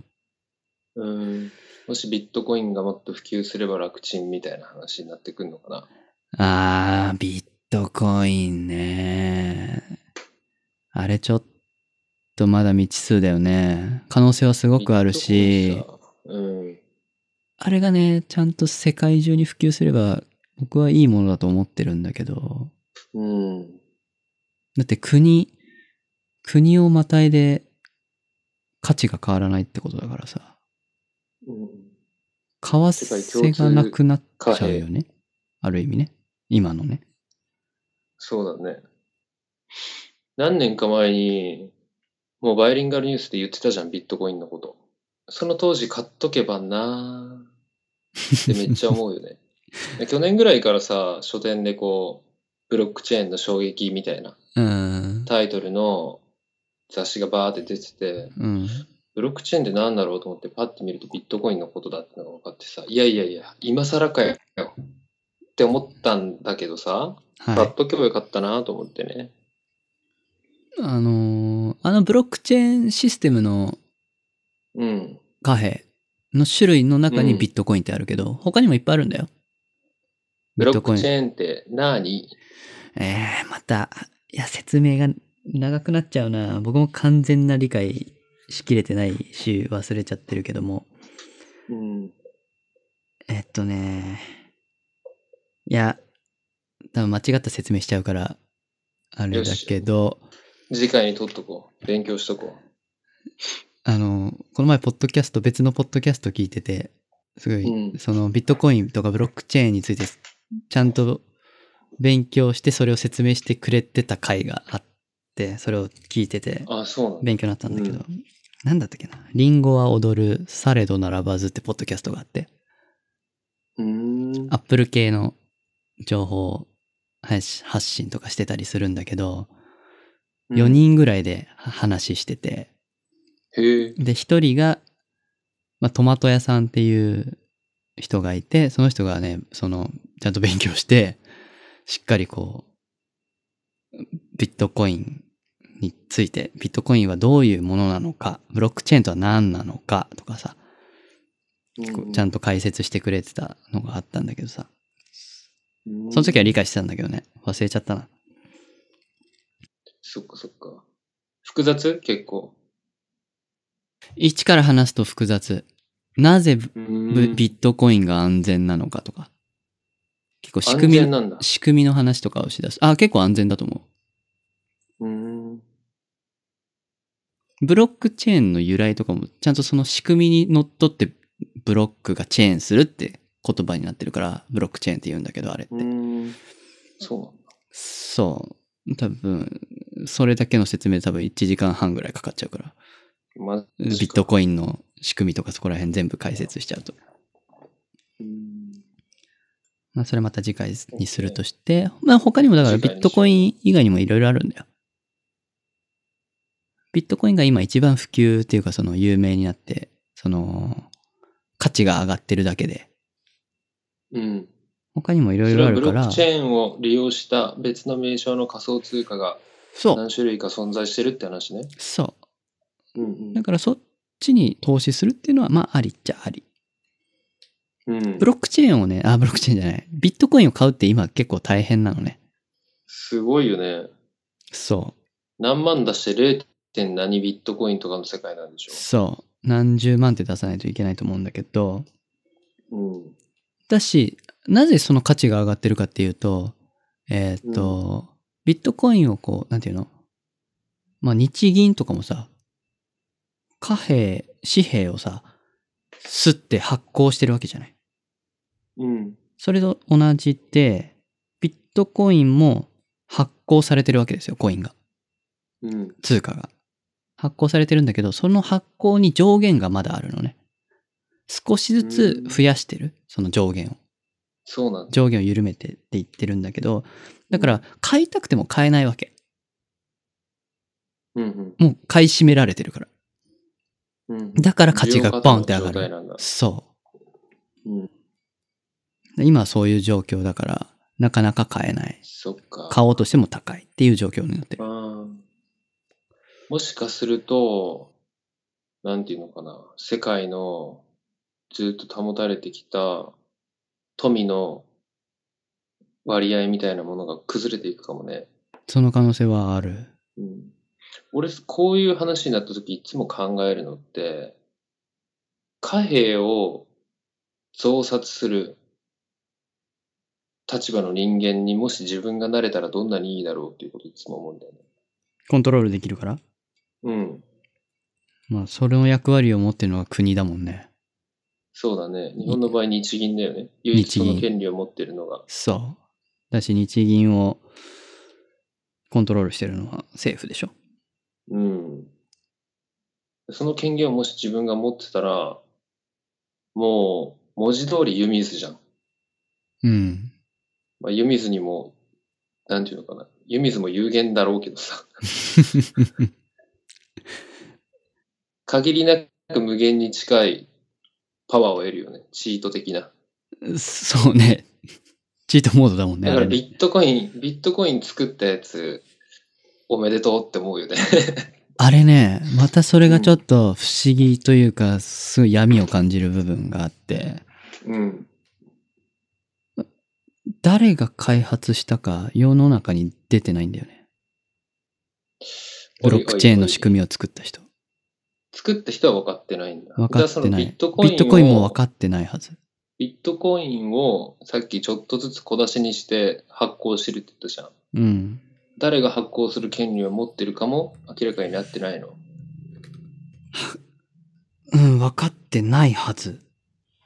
A: うん。もしビットコインがもっと普及すれば楽ちんみたいな話になってくるのかな。
B: あー、ビットコインね。あれちょっとまだ未知数だよね。可能性はすごくある
A: ビ
B: し
A: ット、コインさ。うん。
B: あれがね、ちゃんと世界中に普及すれば僕はいいものだと思ってるんだけど、
A: うん。
B: だって国、国をまたいで価値が変わらないってことだからさ、
A: うん
B: 為替がなくなっちゃうよね。ある意味ね。今のね。
A: そうだね。何年か前に、もうバイリンガルニュースで言ってたじゃん、ビットコインのこと。その当時買っとけばなーってめっちゃ思う よね。で去年ぐらいからさ、書店でこう、ブロックチェーンの衝撃みたいな
B: うん。
A: タイトルの雑誌がバーって出てて、
B: うん。
A: ブロックチェーンって何だろうと思ってパッて見るとビットコインのことだってのが分かってさ、いやいやいや、今更かよって思ったんだけどさ、
B: は
A: 買
B: い
A: っ。とけばよかったなと思ってね。
B: あのーあのブロックチェーンシステムの
A: うん。
B: 貨幣の種類の中に
A: うん
B: ビットコインってあるけど、他にもいっぱいあるんだよ。
A: ブ
B: ビ
A: ロ
B: ッ
A: ッ
B: トコ
A: ク
B: イ
A: チ
B: ン。
A: ェーンって何
B: えー、また、いや、説明が長くなっちゃうな。僕も完全な理解しきれてないし、忘れちゃってるけども。
A: うん。
B: えっとね、いや、多分間違った説明しちゃうから、あれだけど、
A: 次回に取っとこう。勉強しとこ
B: あの、この前、ポッドキャスト、別のポッドキャスト聞いてて、すごい、
A: うん
B: そのビットコインとかブロックチェーンについて、ちゃんと勉強して、それを説明してくれてた回があって、それを聞いてて、
A: う。あ、そうなんだ。
B: 勉強になったんだけど、
A: う
B: なんだったっけな、リンゴは踊る、されどならばずってポッドキャストがあって、
A: うーん。
B: アップル系の情報発し発信とかしてたりするんだけど、
A: うん
B: 4。人ぐらいで話してて、
A: へえ。
B: で、一人が、まあ、トマト屋さんっていう人がいて、その人がね、その、ちゃんと勉強して、しっかりこう、ビットコインについて、ビットコインはどういうものなのか、ブロックチェーンとは何なのかとかさ、こうちゃんと解説してくれてたのがあったんだけどさ、
A: うん
B: その時は理解してたんだけどね、忘れちゃったな。
A: そっかそっか。複雑結構。
B: 一から話すと複雑。なぜブ
A: う
B: ブ
A: ん
B: ビットコインが安全なのかとか、結構仕
A: 安
B: 組みの
A: 全なんだ。
B: 仕組みの話とかをしだす。あ、結構安全だと思
A: うん。
B: う。ブロックチェーンの由来とかも、ちゃんとその仕組みにのっとって、ブロックがチェーンするって言葉になってるから、ブロックチェーンって言うんだけど、あれって。
A: うん。そうなんだ。
B: そう。多分、それだけの説明多分1時間半ぐらいかかっちゃうから。
A: ま、
B: ビットコインの仕組みとかそこら辺全部解説しちゃうと。
A: うん
B: まあ、それまた次回にするとして、まあ、他にもだから
A: 次
B: ビ
A: 回にしよう
B: ットコイン以外にもいろいろあるんだよ。ビットコインが今一番普及っていうかその有名になって、その価値が上がってるだけで、
A: うん。
B: 他にもいろい
A: それ
B: ろあ
A: はブ
B: る
A: ロ
B: か
A: ッ
B: ら
A: ク、チェーンを利用した別の名称の仮想通貨が
B: そう、
A: 何種類か存在してるって話ね。
B: そ
A: うん
B: う。だからそっちに投資するっていうのはまあありっちゃあり。
A: うん。うん
B: ブロックチェーンをね、あ、ブロックチェーンじゃない、ビットコインを買うって今結構大変なのね。
A: すごいよね。
B: そう。
A: 何万出して 0. 点何ビットコインとかの世界なんでしょ
B: そう。何十万って出さないといけないと思うんだけど、
A: う。
B: だし、なぜその価値が上がってるかっていうと、えーっと、ビットコインをこう、なんていうのまあ、日銀とかもさ、貨幣、紙幣をさ、吸って発行してるわけじゃない。
A: うん。うん。
B: それと同じで、ビットコインも発行されてるわけですよ、コインが。
A: うん。
B: 通貨が。発行されてるんだけど、その発行に上限がまだあるのね。少しずつ増やしてる、その上限を。
A: そうなんだ。
B: 上限を緩めてって言ってるんだけど、だから買いたくても買えないわけ。
A: うん
B: もう買い占められてるから。
A: うん。うん。
B: だから価値がバンって上
A: 需
B: が
A: 要過多の状態
B: る。
A: なんだ。
B: そ
A: うん。
B: う。今はそういう状況だから、なかなか買えない。
A: そっか。
B: 買おうとしても高いっていう状況になってる。
A: うんもしかすると、なんていうのかな、世界のずっと保たれてきた富の割合みたいなものが崩れていくかもね。
B: その可能性はある。
A: うん、俺、こういう話になった時いつも考えるのって、貨幣を増刷する立場の人間にもし自分がなれたらどんなにいいだろうっていうこといつも思うんだよね。
B: コントロールできるから。
A: うん。
B: まあ、それの役割を持ってるのは国だもんね。
A: そうだね。日本の場合、日銀だよね。唯一その
B: 日銀
A: 権利を持ってるのが。
B: そう。だし、日銀をコントロールしてるのは政府でしょ。
A: うん。その権限をもし自分が持ってたら、もう、文字通り湯水じゃん。
B: うん。
A: まあ、湯水にも、なんていうのかな。湯水も有限だろうけど さ。限りなく無限に近いパワーを得るよね。チート的な。
B: そうね。 チートモードだもん
A: だ
B: ね。
A: か
B: あ
A: ら
B: れね
A: ビットコイン、ビットコイン作ったやつ、おめでとうって思うよね。
B: あれね、またそれがちょっと不思議というか、すごい闇を感じる部分があって、
A: うん。
B: 誰が開発したか世の中に出てないんだよね。ブロックチェーンの仕組みを作った人。
A: 作った人は分かってないんだ。
B: 分かって
A: だらその
B: ない。
A: ビ
B: ビ
A: ットコイン
B: ットコインも分か
A: っ
B: ってないはず。
A: ビットコインをさっきちょっとずつ小出しにして発行してるって言ったじゃん。
B: うん。
A: 誰が発行する権利を持ってるかも明らかになってないの。
B: うん、分かってないはず。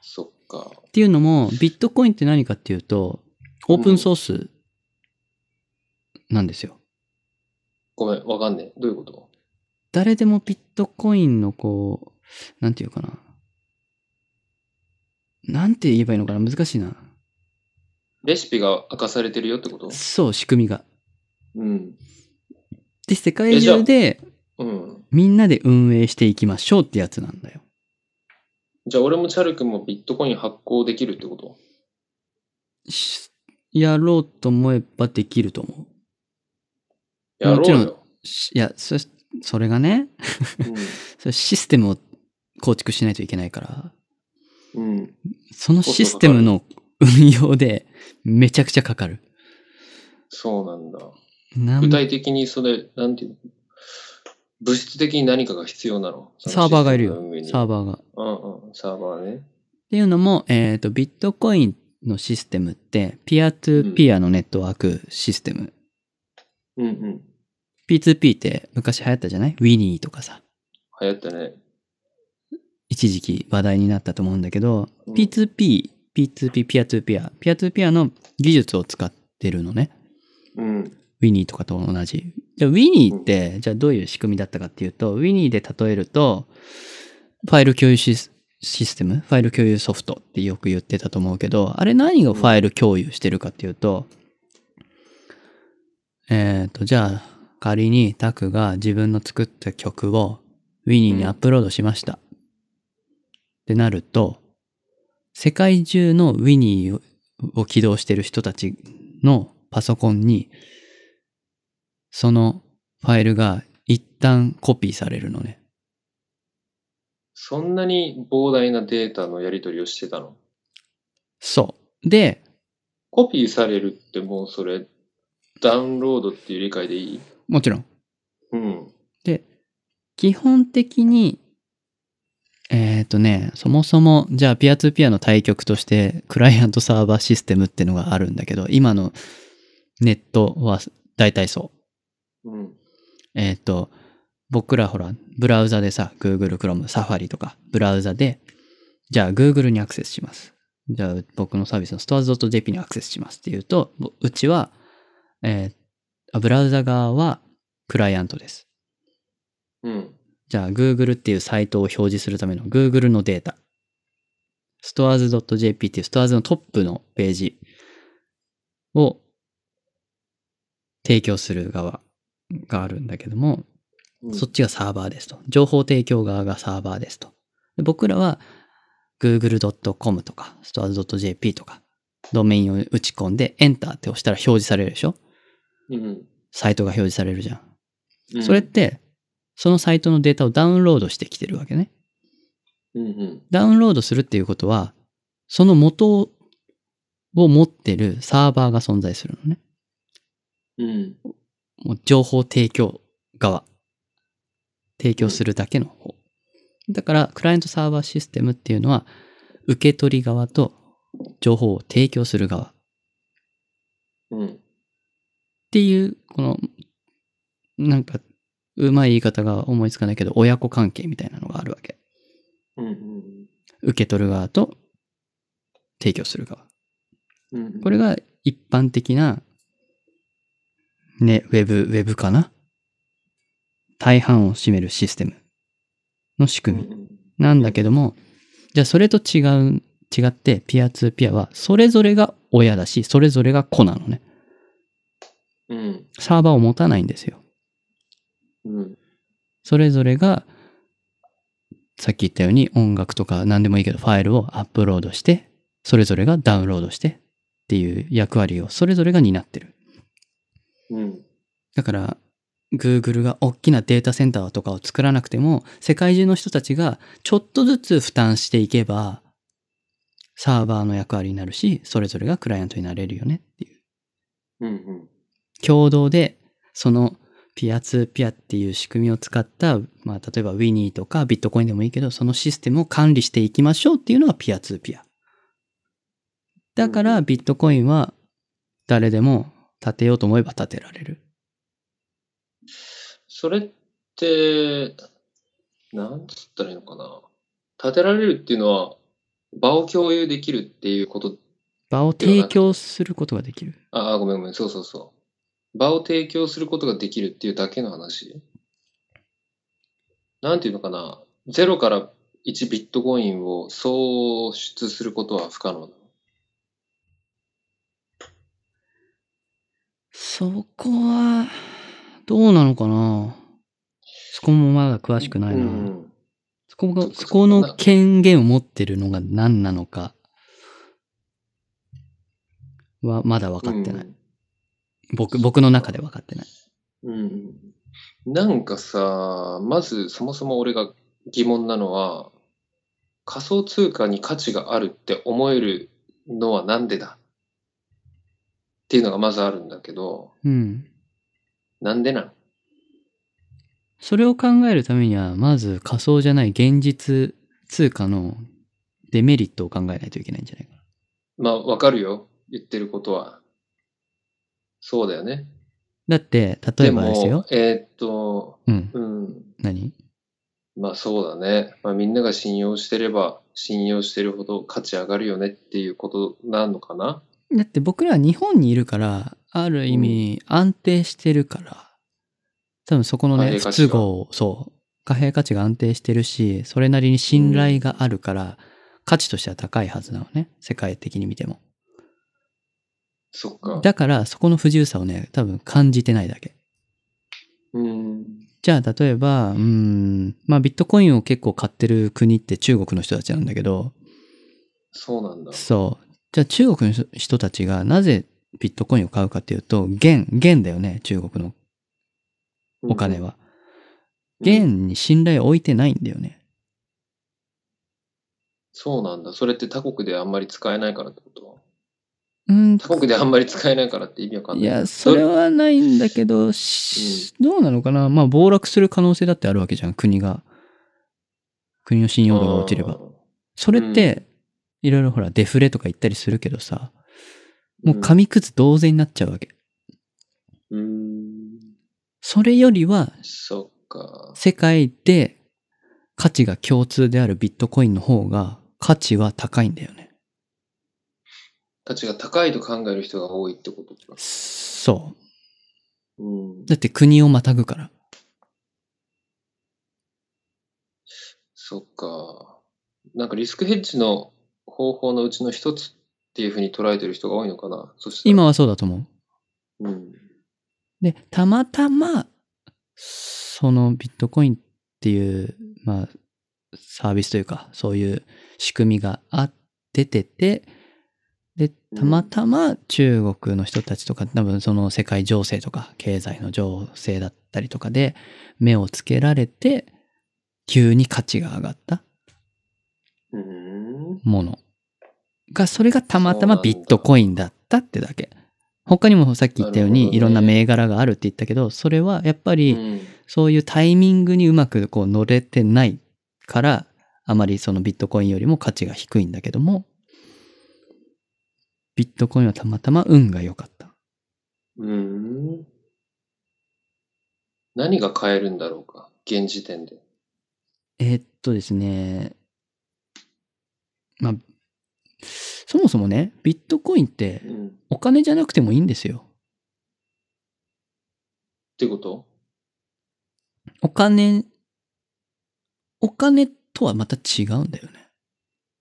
A: そっか。
B: っていうのも、ビットコインって何かっていうと、オープンソースなんですよ。
A: ごめん、分かんねえ。どういうこと
B: 誰でもビットコインのこう、なんていうかな。なんて言えばいいのかな難しいな。
A: レシピが明かされてるよってこと
B: そう、仕組みが。
A: うん。
B: で、世界中で
A: うん。
B: みんなで運営していきましょうってやつなんだよ。
A: じゃあ俺もチャル君もビットコイン発行できるってこと
B: しやろうと思えばできると思
A: やろう
B: もち
A: よ。
B: う。しいや、そ、それがね、それシステムを構築しないといけないから、
A: うん。うん。
B: そのシステムの運用でめちゃくちゃかかる。
A: そうなんだ。
B: なん
A: 具体的にそれ、なんていうの物質的に何かが必要なの
B: サーバーがいるよ。サー
A: バー。
B: バーが。っ
A: うんうん。サーバーね。
B: ていうのも、えっ、と、ビットコインのシステムって、ピアトゥピアのネットワークシステム。
A: うんうん。
B: P2P って昔流行ったじゃないウィニーとかさ。
A: 流行ったね。
B: 一時期話題になったと思うんだけど、
A: うん
B: P2P、P2P、ピアトゥピア、ピアトゥピアの技術を使ってるのね。
A: うん。
B: ウィニーとかと同じ。じゃあウィニーって、じゃあどういう仕組みだったかっていうと、ウィニーで例えると、ファイル共有シスシステム、ファイル共有ソフトってよく言ってたと思うけど、あれ何をファイル共有してるかっていうと、えっ、と、じゃあ仮にタクが自分の作った曲をウィニーにアップロードしました。ってなると、世界中のウィニーを起動してる人たちのパソコンに、そのファイルが一旦コピーされるのね。
A: そんなに膨大なデータのやり取りをしてたの
B: そう。で、
A: コピーされるってもうそれ、ダウンロードっていう理解でいい
B: もちろん。
A: うん。
B: で、基本的に、えっ、とね、そもそも、じゃあ、ピアツーピアの対局として、クライアントサーバーシステムってのがあるんだけど、今のネットは大体そう。
A: うん。
B: えっ、と、僕らほら、ブラウザでさ、Google、Chrome、Safari とか、ブラウザで、じゃあ Google にアクセスします。じゃあ僕のサービスの stores.jp にアクセスしますっていうと、ぼうちは、えーあブラウザ側はクライアントです。
A: うん。
B: じゃあ Google っていうサイトを表示するための Google のデータ。stores.jp っていう stores のトップのページを提供する側があるんだけども、
A: うん
B: そっちがサーバーですと。情報提供側がサーバーですと。で僕らは google.com とか stores.jp とかドメインを打ち込んで Enter って押したら表示されるでしょ
A: うん。
B: サイトが表示されるじゃん。
A: うん
B: それっ、て、そのサイトのデータをダウンロードしてきてるわけね。
A: うんうん。
B: ダウンロードするっていうことは、その元を持ってるサーバーが存在するのね。
A: うん。
B: もう情報提供側。提供するだけの方。だから、クライアントサーバーシステムっていうのは、受け取り側と情報を提供する側っ
A: うん。
B: ていう、この、なんか、うまい言い方が思いつかないけど、親子関係みたいなのがあるわけ。
A: うんうん。
B: 受け取る側と提供する側。
A: うんうん
B: これ、が一般的な、ね、ウェブ、ウェブかな大半を占めるシステムの仕
A: う
B: 組み。
A: ん
B: なんだけども、じゃあそれと違う、違って、ピアツーピアは、それぞれが親だし、それぞれが子なのね。
A: うん。うん
B: サーバーを持たないんですよ。
A: うん。
B: それぞれが、さっき言ったように音楽とか何でもいいけど、ファイルをアップロードして、それぞれがダウンロードしてっていう役割をそれぞれが担ってる。
A: うん。
B: だから、Google が大きなデータセンターとかを作らなくても、世界中の人たちがちょっとずつ負担していけば、サーバーの役割になるし、それぞれがクライアントになれるよねっていう。
A: うんうん。
B: 共同で、そのピアツーピアっていう仕組みを使った、まあ、例えば Winnie とかビットコインでもいいけど、そのシステムを管理していきましょうっていうのがピアツーピア。だか
A: う
B: ら、ビットコインは誰でも立てようと思えば立てられる。
A: それって、なんつったらいいのかな。立てられるっていうのは、場を共有できるっていうこと、
B: 場を提供することができる。
A: ああ、ごめんごめん、そうそうそう。場を提供することができるっていうだけの話。なんていうのかな。0から1ビットコインを創出することは不可能なの。
B: そこは、どうなのかなそこもまだ詳しくないな。
A: うん
B: そこが
A: そっ、か
B: そこの権限を持ってるのが何なのかは、まだ分かってない。僕、僕の中で分かってない。
A: うん。なんかさ、まずそもそも俺が疑問なのは、仮想通貨に価値があるって思えるのはなんでだっていうのがまずあるんだけど、
B: うん。
A: なんでな
B: それを考えるためには、まず仮想じゃない現実通貨のデメリットを考えないといけないんじゃないかな。
A: のまあ、わかるよ。言ってることは。そうだよね。
B: だって、例えばですよ。
A: でも、えーっと、
B: うん。
A: うん。
B: 何
A: まあそうだね。まあみんなが信用してれば、信用してるほど価値上がるよねっていうことなのかな
B: だって僕らは日本にいるから、ある意味安定してるから、多分そこの
A: 貨幣
B: ね、
A: 価
B: 不
A: 値が
B: 都合を、そう、貨幣価値が安定してるし、それなりに信頼があるから、価値としては高いはずなのね、世界的に見ても。
A: そっか。
B: だからそこの不自由さをね、多分感じてないだけ。
A: うん。
B: じゃあ例えば、うーん、まあビットコインを結構買ってる国って中国の人たちなんだけど、
A: そうなんだ。
B: そう。じゃあ中国の人人たちがなぜビットコインを買うかっていうと、元、元だよね、中国のお金は。
A: うん。
B: 現
A: うん
B: に信頼を置いてないんだよね。
A: そうなんだ。それって他国であんまり使えないからってこと
B: うん
A: 他国であんまり使えないからって意味わかん
B: い
A: ない。
B: や、それはないんだけど、しどうなのかなまあ、暴落する可能性だってあるわけじゃん、国が。国の信用度が落ちれば。それって、いろいろほら、デフレとか言ったりするけどさ、もう紙くず同然になっちゃうわけ。
A: うん。うん。
B: それよりは、
A: そっか。
B: 世界で価値が共通であるビットコインの方が、価値は高いんだよね。
A: 価値が高いと考える人が多いってことか。
B: そ
A: うん
B: う。。だって国をまたぐから。
A: そっか。なんかリスクヘッジの方法のうちの一つっていうふうに捉えてる人が多いのかな。そしたら
B: 今、はそうだと思う。
A: うん。
B: で、たまたま、そのビットコインっていう、まあ、サービスというか、そういう仕組みがあっててて、で、たまたま中国の人たちとか、多分その世界情勢とか、経済の情勢だったりとかで、目をつけられて、急に価値が上がった
A: うん。
B: ものが、それがたまた
A: そうな
B: ま
A: んだ
B: ビットコインだったってだけ。他にもさっき言ったよう
A: なるほ
B: に、
A: どね
B: いろんな銘柄があるって言ったけど、それはやっぱり、
A: うん
B: そういうタイミングにうまくこう乗れてないから、あまりそのビットコインよりも価値が低いんだけども、ビットコインはたまたま運が良かった。
A: うーん。何が変えるんだろうか、現時点で。
B: えーっとですね、まあ、そもそもね、ビットコインって
A: うん。っ
B: お金じゃなくてもいいんですよ。
A: てこと
B: お金、お金とはまた違うんだよね。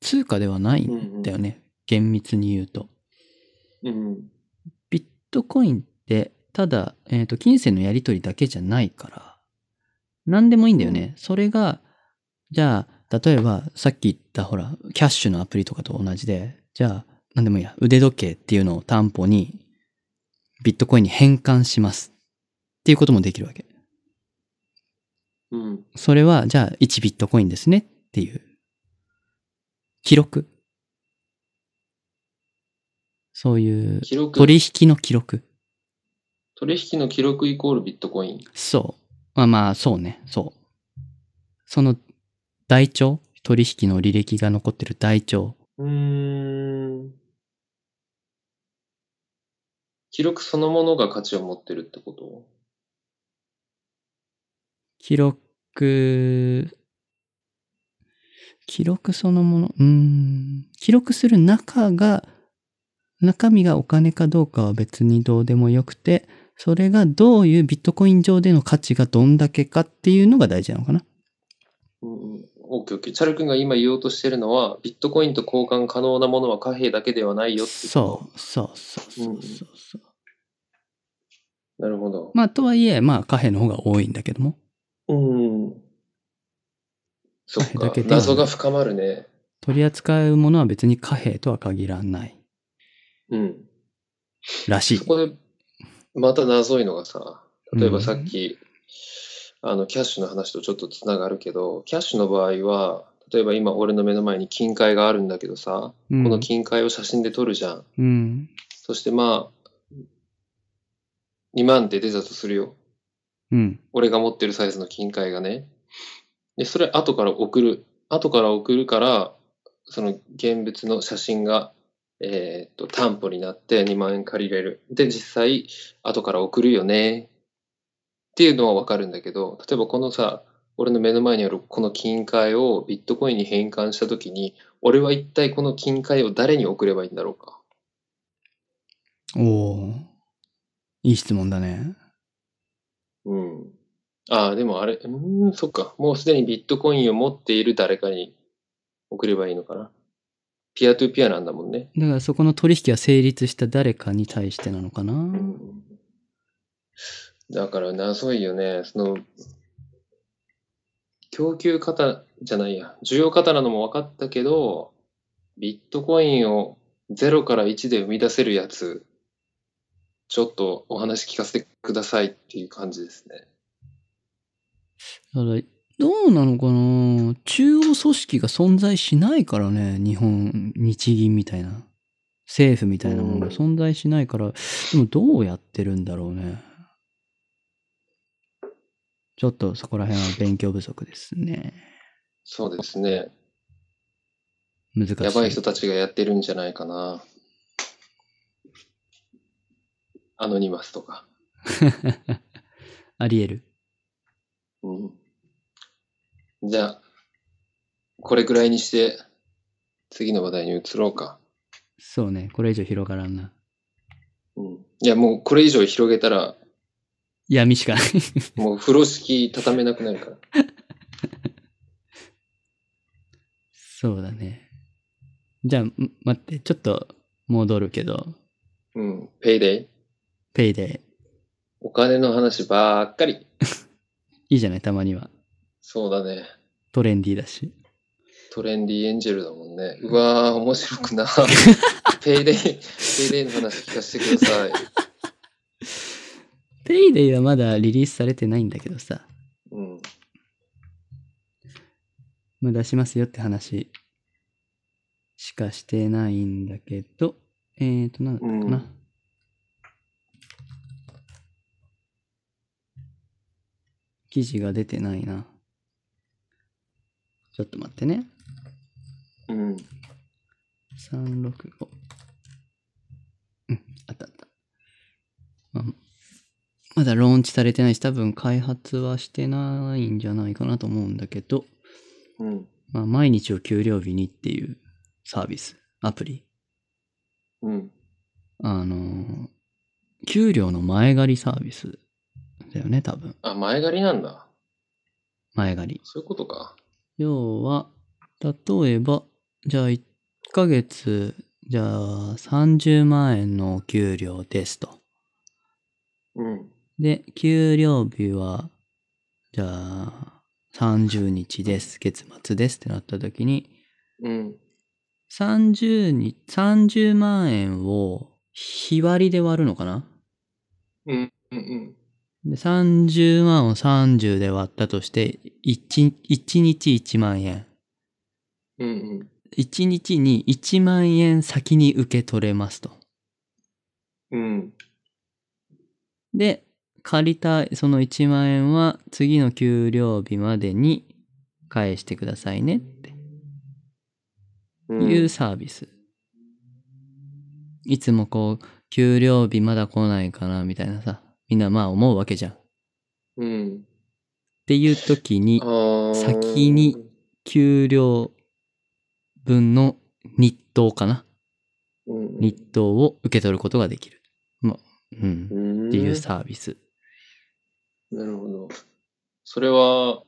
B: 通貨ではないん
A: ん
B: だよね。厳密に言うと。
A: うん。
B: ビットコインって、ただ、えっ、と、金銭のやり取りだけじゃないから、何でもいいんだよね。それが、じゃあ、例えば、さっき言った、ほら、キャッシュのアプリとかと同じで、じゃあ、何でもいいや、腕時計っていうのを担保に、ビットコインに変換します。っていうこともできるわけ。
A: うん。
B: それは、じゃあ、1ビットコインですねっていう、記録。そういう、
A: 記録、取
B: 取引の記録。
A: 引の記録イコールビットコイン。
B: そう。まあまあ、そうね。そう。その、台帳取引の履歴が残ってる台帳。
A: うーん。記録そのものが価値を持ってるってこと
B: 記録、記録そのもの、うーん。記録する中が、中身がお金かどうかは別にどうでもよくて、それがどういうビットコイン上での価値がどんだけかっていうのが大事なのかな。
A: うんうん。オッケーオッケー。チャル君が今言おうとしてるのは、ビットコインと交換可能なものは貨幣だけではないよってこと
B: そうそうそうそうそうそう。
A: なるほど。
B: まあ、とはいえ、まあ、貨幣の方が多いんだけども、
A: うん。そっ
B: あれ
A: か
B: だけ。では
A: 謎が深まるね。
B: 取り扱うものは別に貨幣とは限らない
A: うん。
B: らしい
A: そ。こで、また謎いのがさ、例え
B: う
A: ば
B: ん
A: さっき、あの、キャッシュの話とちょっとつながるけど、キャッシュの場合は、例えば今俺の目の前に金塊があるんだけどさ、
B: うん
A: この金塊を写真で撮るじゃん。
B: うん。
A: そしてまあ、2万って出たとするよ。
B: うん。
A: 俺が持ってるサイズの金塊がね。で、それ後から送る。後から送るから、その現物の写真が、えーっと、担保になって2万円借りれる。で、実際、後から送るよね。っていうのはわかるんだけど、例えばこのさ、俺の目の前にあるこの金塊をビットコインに変換したときに、俺は一体この金塊を誰に送ればいいんだろうか。
B: おおいい質問だね。
A: うん。ああ、でもあれ、うーん、そっか。もうすでにビットコインを持っている誰かに送ればいいのかな。ピアトゥピアなんだもんね。
B: だからそこの取引が成立した誰かに対してなのかな、
A: うん。だから、謎いよね。その、供給方じゃないや。需要方なのも分かったけど、ビットコインを0から1で生み出せるやつ、ちょっとお話聞かせてくださいっていう感じですね。
B: ただどうなのかな中央組織が存在しないからね。日本、日銀みたいな。政府みたいなものが存在しないから、でもどうやってるんだろうね。ちょっとそこら辺は勉強不足ですね。
A: そうですね。
B: 難しい。
A: やばい人たちがやってるんじゃないかな。アノニマスとか。
B: あり得る。
A: うん。じゃあ、これくらいにして、次の話題に移ろうか。
B: そうね。これ以上広がらんな。
A: うん。いや、もうこれ以上広げたら、
B: 闇しかない。
A: もう風呂敷畳めなくなるから。
B: そうだね。じゃあ、ん待って、ちょっと戻るけど、
A: うん。ペイデイ。
B: ペイデ
A: お金の話ばっかり。
B: イ、いいじゃない、たまには。
A: そうだね。
B: トレンディーだし。
A: トレンディエンジェルだもんね。うわー、面白く な。ペイデイ、ペイデイの話聞かせてください。
B: ペイデイはまだリリースされてないんだけどさ、
A: うん。
B: もう出しますよって話しかしてないんだけど、えーと、なんだったかな。
A: うん
B: 記事が出てないな。ちょっと待ってね。
A: うん。
B: 365うんあったあった、まあまだローンチされてないし多分開発はしてないんじゃないかなと思うんだけど、
A: うん。
B: まあ、毎日を給料日にっていうサービスアプリ
A: うん。
B: あのー給料の前借りサービスだよね多分
A: あ、前借りなんだ。
B: 前借り
A: そういうことか。
B: 要は例えばじゃあ1ヶ月じゃあ30万円のお給料ですと
A: うん。
B: で、給料日は、じゃあ、30日です、月末ですってなった時に、
A: うん。
B: 30日、30万円を日割りで割るのかな
A: うん。うん。
B: で ?30 万を30で割ったとして、1, 1日1万円。
A: うん。うん。
B: 1日に1万円先に受け取れますと。
A: うん。
B: で、借りたその1万円は次の給料日までに返してくださいねって。
A: う。
B: いうんサービス。いつもこう、給料日まだ来ないかな、みたいなさ、みんなまあ思うわけじゃん。っ
A: うん。
B: ていう時に
A: あ、ー
B: 先に。給料分の日当かな
A: うん。
B: 日当を受け取ることができる。まあ、うん。
A: うん。
B: っていうサービス。
A: なるほど。それは、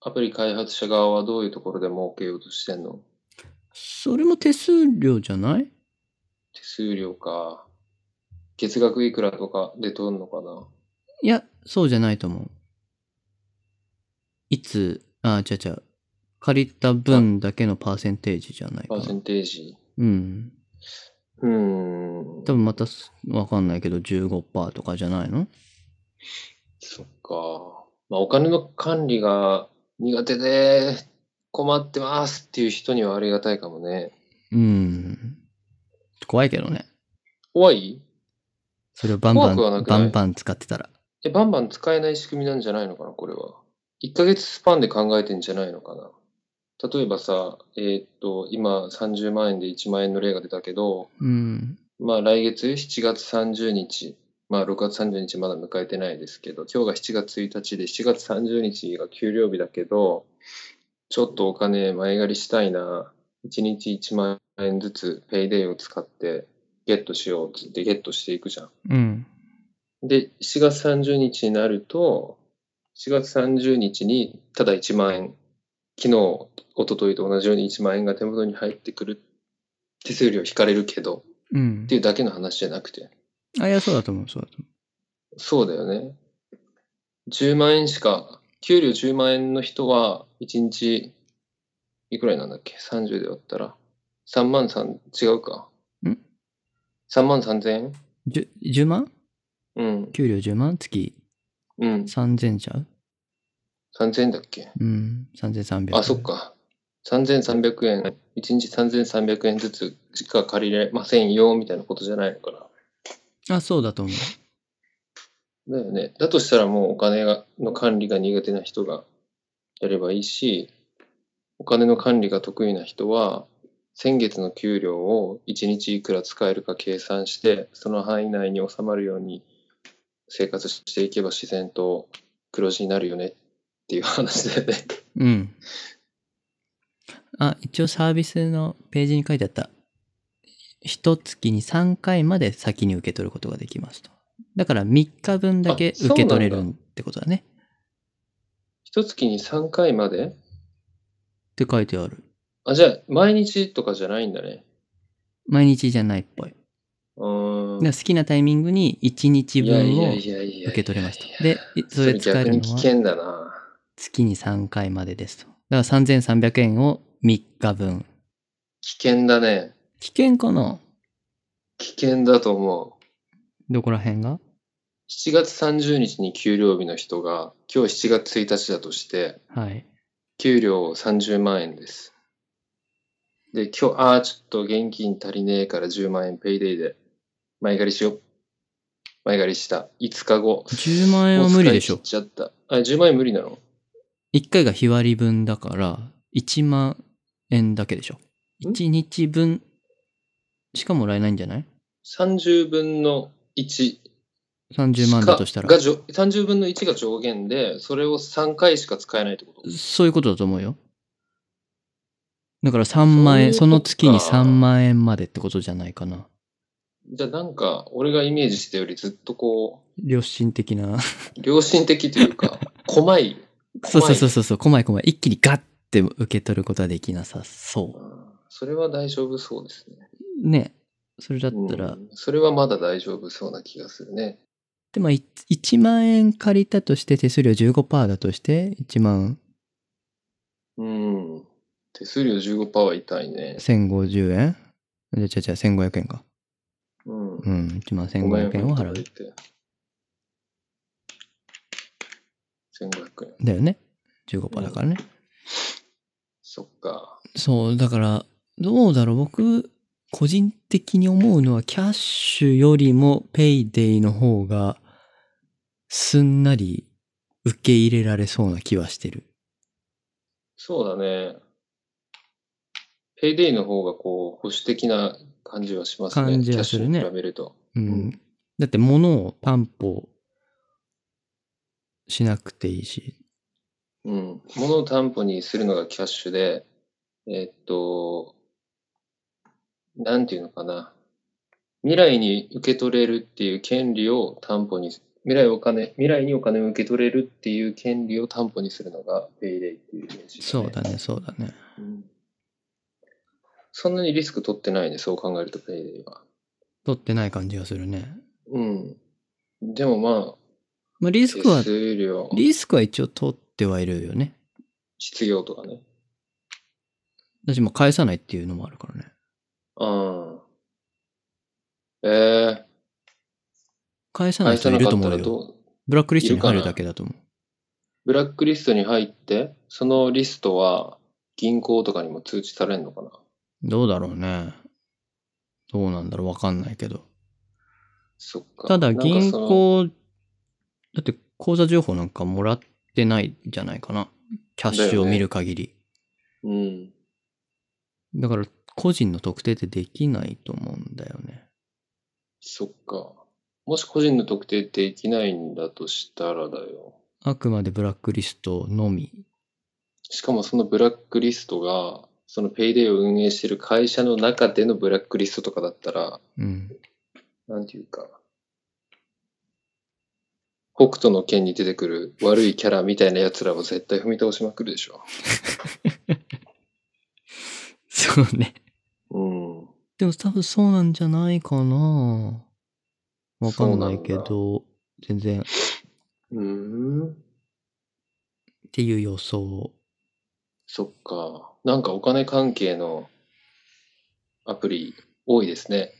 A: アプリ開発者側はどういうところで儲けようとしてんの
B: それも手数料じゃない
A: 手数料か。月額いくらとかで取るのかない
B: や、そうじゃないと思う。いつ、あ、違う違う。借りた分だけのパーセンテージじゃないか
A: パ
B: な
A: ーセ。ンテージ。
B: うん。
A: うーん。
B: 多分またす、わかんないけど、15%とかじゃないの
A: そっか。まあ、お金の管理が苦手で困ってますっていう人にはありがたいかもね。
B: うん。怖いけどね。
A: 怖い
B: それをバンバ
A: 怖くはな
B: ン、
A: くな
B: バ
A: い
B: ンバン使ってたら。
A: え、バンバン使えない仕組みなんじゃないのかな、これは。1ヶ月スパンで考えてんじゃないのかな。例えばさ、えーっと、今30万円で1万円の例が出たけど、
B: うん。
A: まあ来月7月30日、まあ6月30日まだ迎えてないですけど、今日が7月1日で7月30日が給料日だけど、ちょっとお金前借りしたいな、1日1万円ずつペイデイを使ってゲットしようっつってゲットしていくじゃん。
B: うん。
A: で、7月30日になると、7月30日にただ1万円、昨日、一昨日と同じように1万円が手元に入ってくる、手数料引かれるけど、
B: うん
A: っていうだけの話じゃなくて、
B: あ、いや、そうだと思う、そうだと思
A: そうだよね。10万円しか、給料10万円の人は、1日、いくらになんだっけ ?30 で割ったら。3万3、違うか。
B: ん
A: ?3 万3千円
B: う。じゅ 10, 万
A: うん。
B: 給料10万月
A: うん。
B: 3000ちゃう
A: 3千円だっけ
B: うん。3300。
A: あ、そっ。か。3300円、1日3300円ずつしか借りれませんよ、みたいなことじゃないのかな。
B: あ、そうだと思う。
A: だよね。だとしたらもうお金がの管理が苦手な人がやればいいし、お金の管理が得意な人は、先月の給料を1日いくら使えるか計算して、その範囲内に収まるように生活していけば自然と黒字になるよねっていう話だよね。
B: うん。あ、一応サービスのページに書いてあった。一月に3回まで先に受け取ることができますと。だから3日分だけ
A: あそう
B: 受
A: なんだ
B: け取れるってことだね。
A: 一月に3回まで
B: って書いてある。
A: あ、じゃあ、毎日とかじゃないんだね。
B: 毎日じゃないっぽい。
A: うー
B: だ
A: ん。
B: から好きなタイミングに1日分を受
A: 受
B: け取れました。
A: で、
B: で、そ
A: そ
B: れ
A: れ
B: 使え
A: 逆
B: る
A: に
B: の
A: 危
B: は
A: 険だな。
B: 月に3回までですと。だから3300円を3日分。
A: 危険だね。
B: 危険かな
A: 危険だと思う。
B: どこら辺が
A: 7月30日に給料日の人が、今日7月1日だとして、
B: はい。
A: 給料30万円です。で、今日、ああ、ちょっと現金足りねえから10万円ペイデイで、前借りしよう。前借りした。5日後。
B: 10万円は無理でしょ
A: もう使い切っちゃった。あ、10万円無理なの
B: 1回が日割り分だから、1万円だけでしょ。
A: ん
B: 1日分しかもらえないんじゃない
A: ?30 分の1。
B: ?30 万だとした
A: が
B: ら。
A: じょ30分の1が上限で、それを3回しか使えないってこと
B: そういうことだと思うよ。だから3万円、そ
A: そういう
B: の
A: ことか
B: 月に3万円までってことじゃないかな。
A: じゃあなんか、俺がイメージしたよりずっとこ
B: 良心的な。
A: う、良心的という か、細い。
B: そうそう
A: 怖
B: そう
A: い
B: そうそう、細い細い。一気にガッて受け取ることはできなさそ
A: うんそれは大丈夫そうですね。
B: う。ね。それだったら、
A: うんそれはまだ大丈夫そうな気がするね。
B: でもい1万円借りたとして手数料15%だとして、1万
A: うん。手数料15%は痛いね。
B: 1050円じゃじゃじゃ1500円か。
A: うん。
B: うん、1万
A: ごめん
B: 1500円を払う。。
A: 1500円。
B: だよね。15%だからね。
A: そっか。
B: そう、だから、どうだろう。僕、個人的に思うのは、キャッシュよりもペイデイの方が、すんなり受け入れられそうな気はしてる。
A: そうだね。ペイデイの方がこう、保守的な感じはしますね。
B: 感じはするね
A: キャッシュに比べると。
B: うん。
A: うん
B: だって、物を担保しなくていいし。
A: うん。物を担保にするのがキャッシュで、えっと、なんていうのかな。未来に受け取れるっていう権利を担保に、未来お金、未来にお金を受け取れるっていう権利を担保にするのがペイレイっていうイメージ、
B: そうだね、そうだね。
A: うんそんなにリスク取ってないね、そう考えるとペイレイは。
B: 取ってない感じがするね。
A: うん。でもまあ、
B: まあ、リスクは、
A: 手数料、
B: リスクは一応取ってはいるよね。
A: 失業とかね。
B: 私も返さないっていうのもあるからね。
A: ああ。ええ
B: 返さ
A: ー、
B: ない
A: 返
B: 人
A: さ
B: い
A: な
B: る
A: か
B: と
A: っ
B: 思
A: た
B: う
A: ら
B: よ。
A: どう
B: ブラックリストに入るだけだと思う。
A: ブラックリストに入って、そのリストは銀行とかにも通知されるのかな
B: どうだろうね。どうなんだろうわかんないけど。
A: そっか。
B: ただ
A: なんか
B: 銀
A: その
B: 行、だって口座情報なんかもらってないんじゃないかな。キャッシュを見る限り。
A: うん。
B: だから個人の特定ってできないと思うんだよね。
A: そっか。もし個人の特定できないんだとしたらだよ。
B: あくまでブラックリストのみ。
A: しかもそのブラックリストが、そのペイデイを運営してる会社の中でのブラックリストとかだったら、
B: うん。
A: なんていうか、北斗の剣に出てくる悪いキャラみたいな奴らを絶対踏み倒しまくるでしょ。
B: そうね。
A: うん。
B: でも多分そうなんじゃないかな。わかんないけ
A: そ
B: ど、全然っ
A: うん。
B: ていう予想。
A: そっか。なんかお金関係のアプリ多いですね。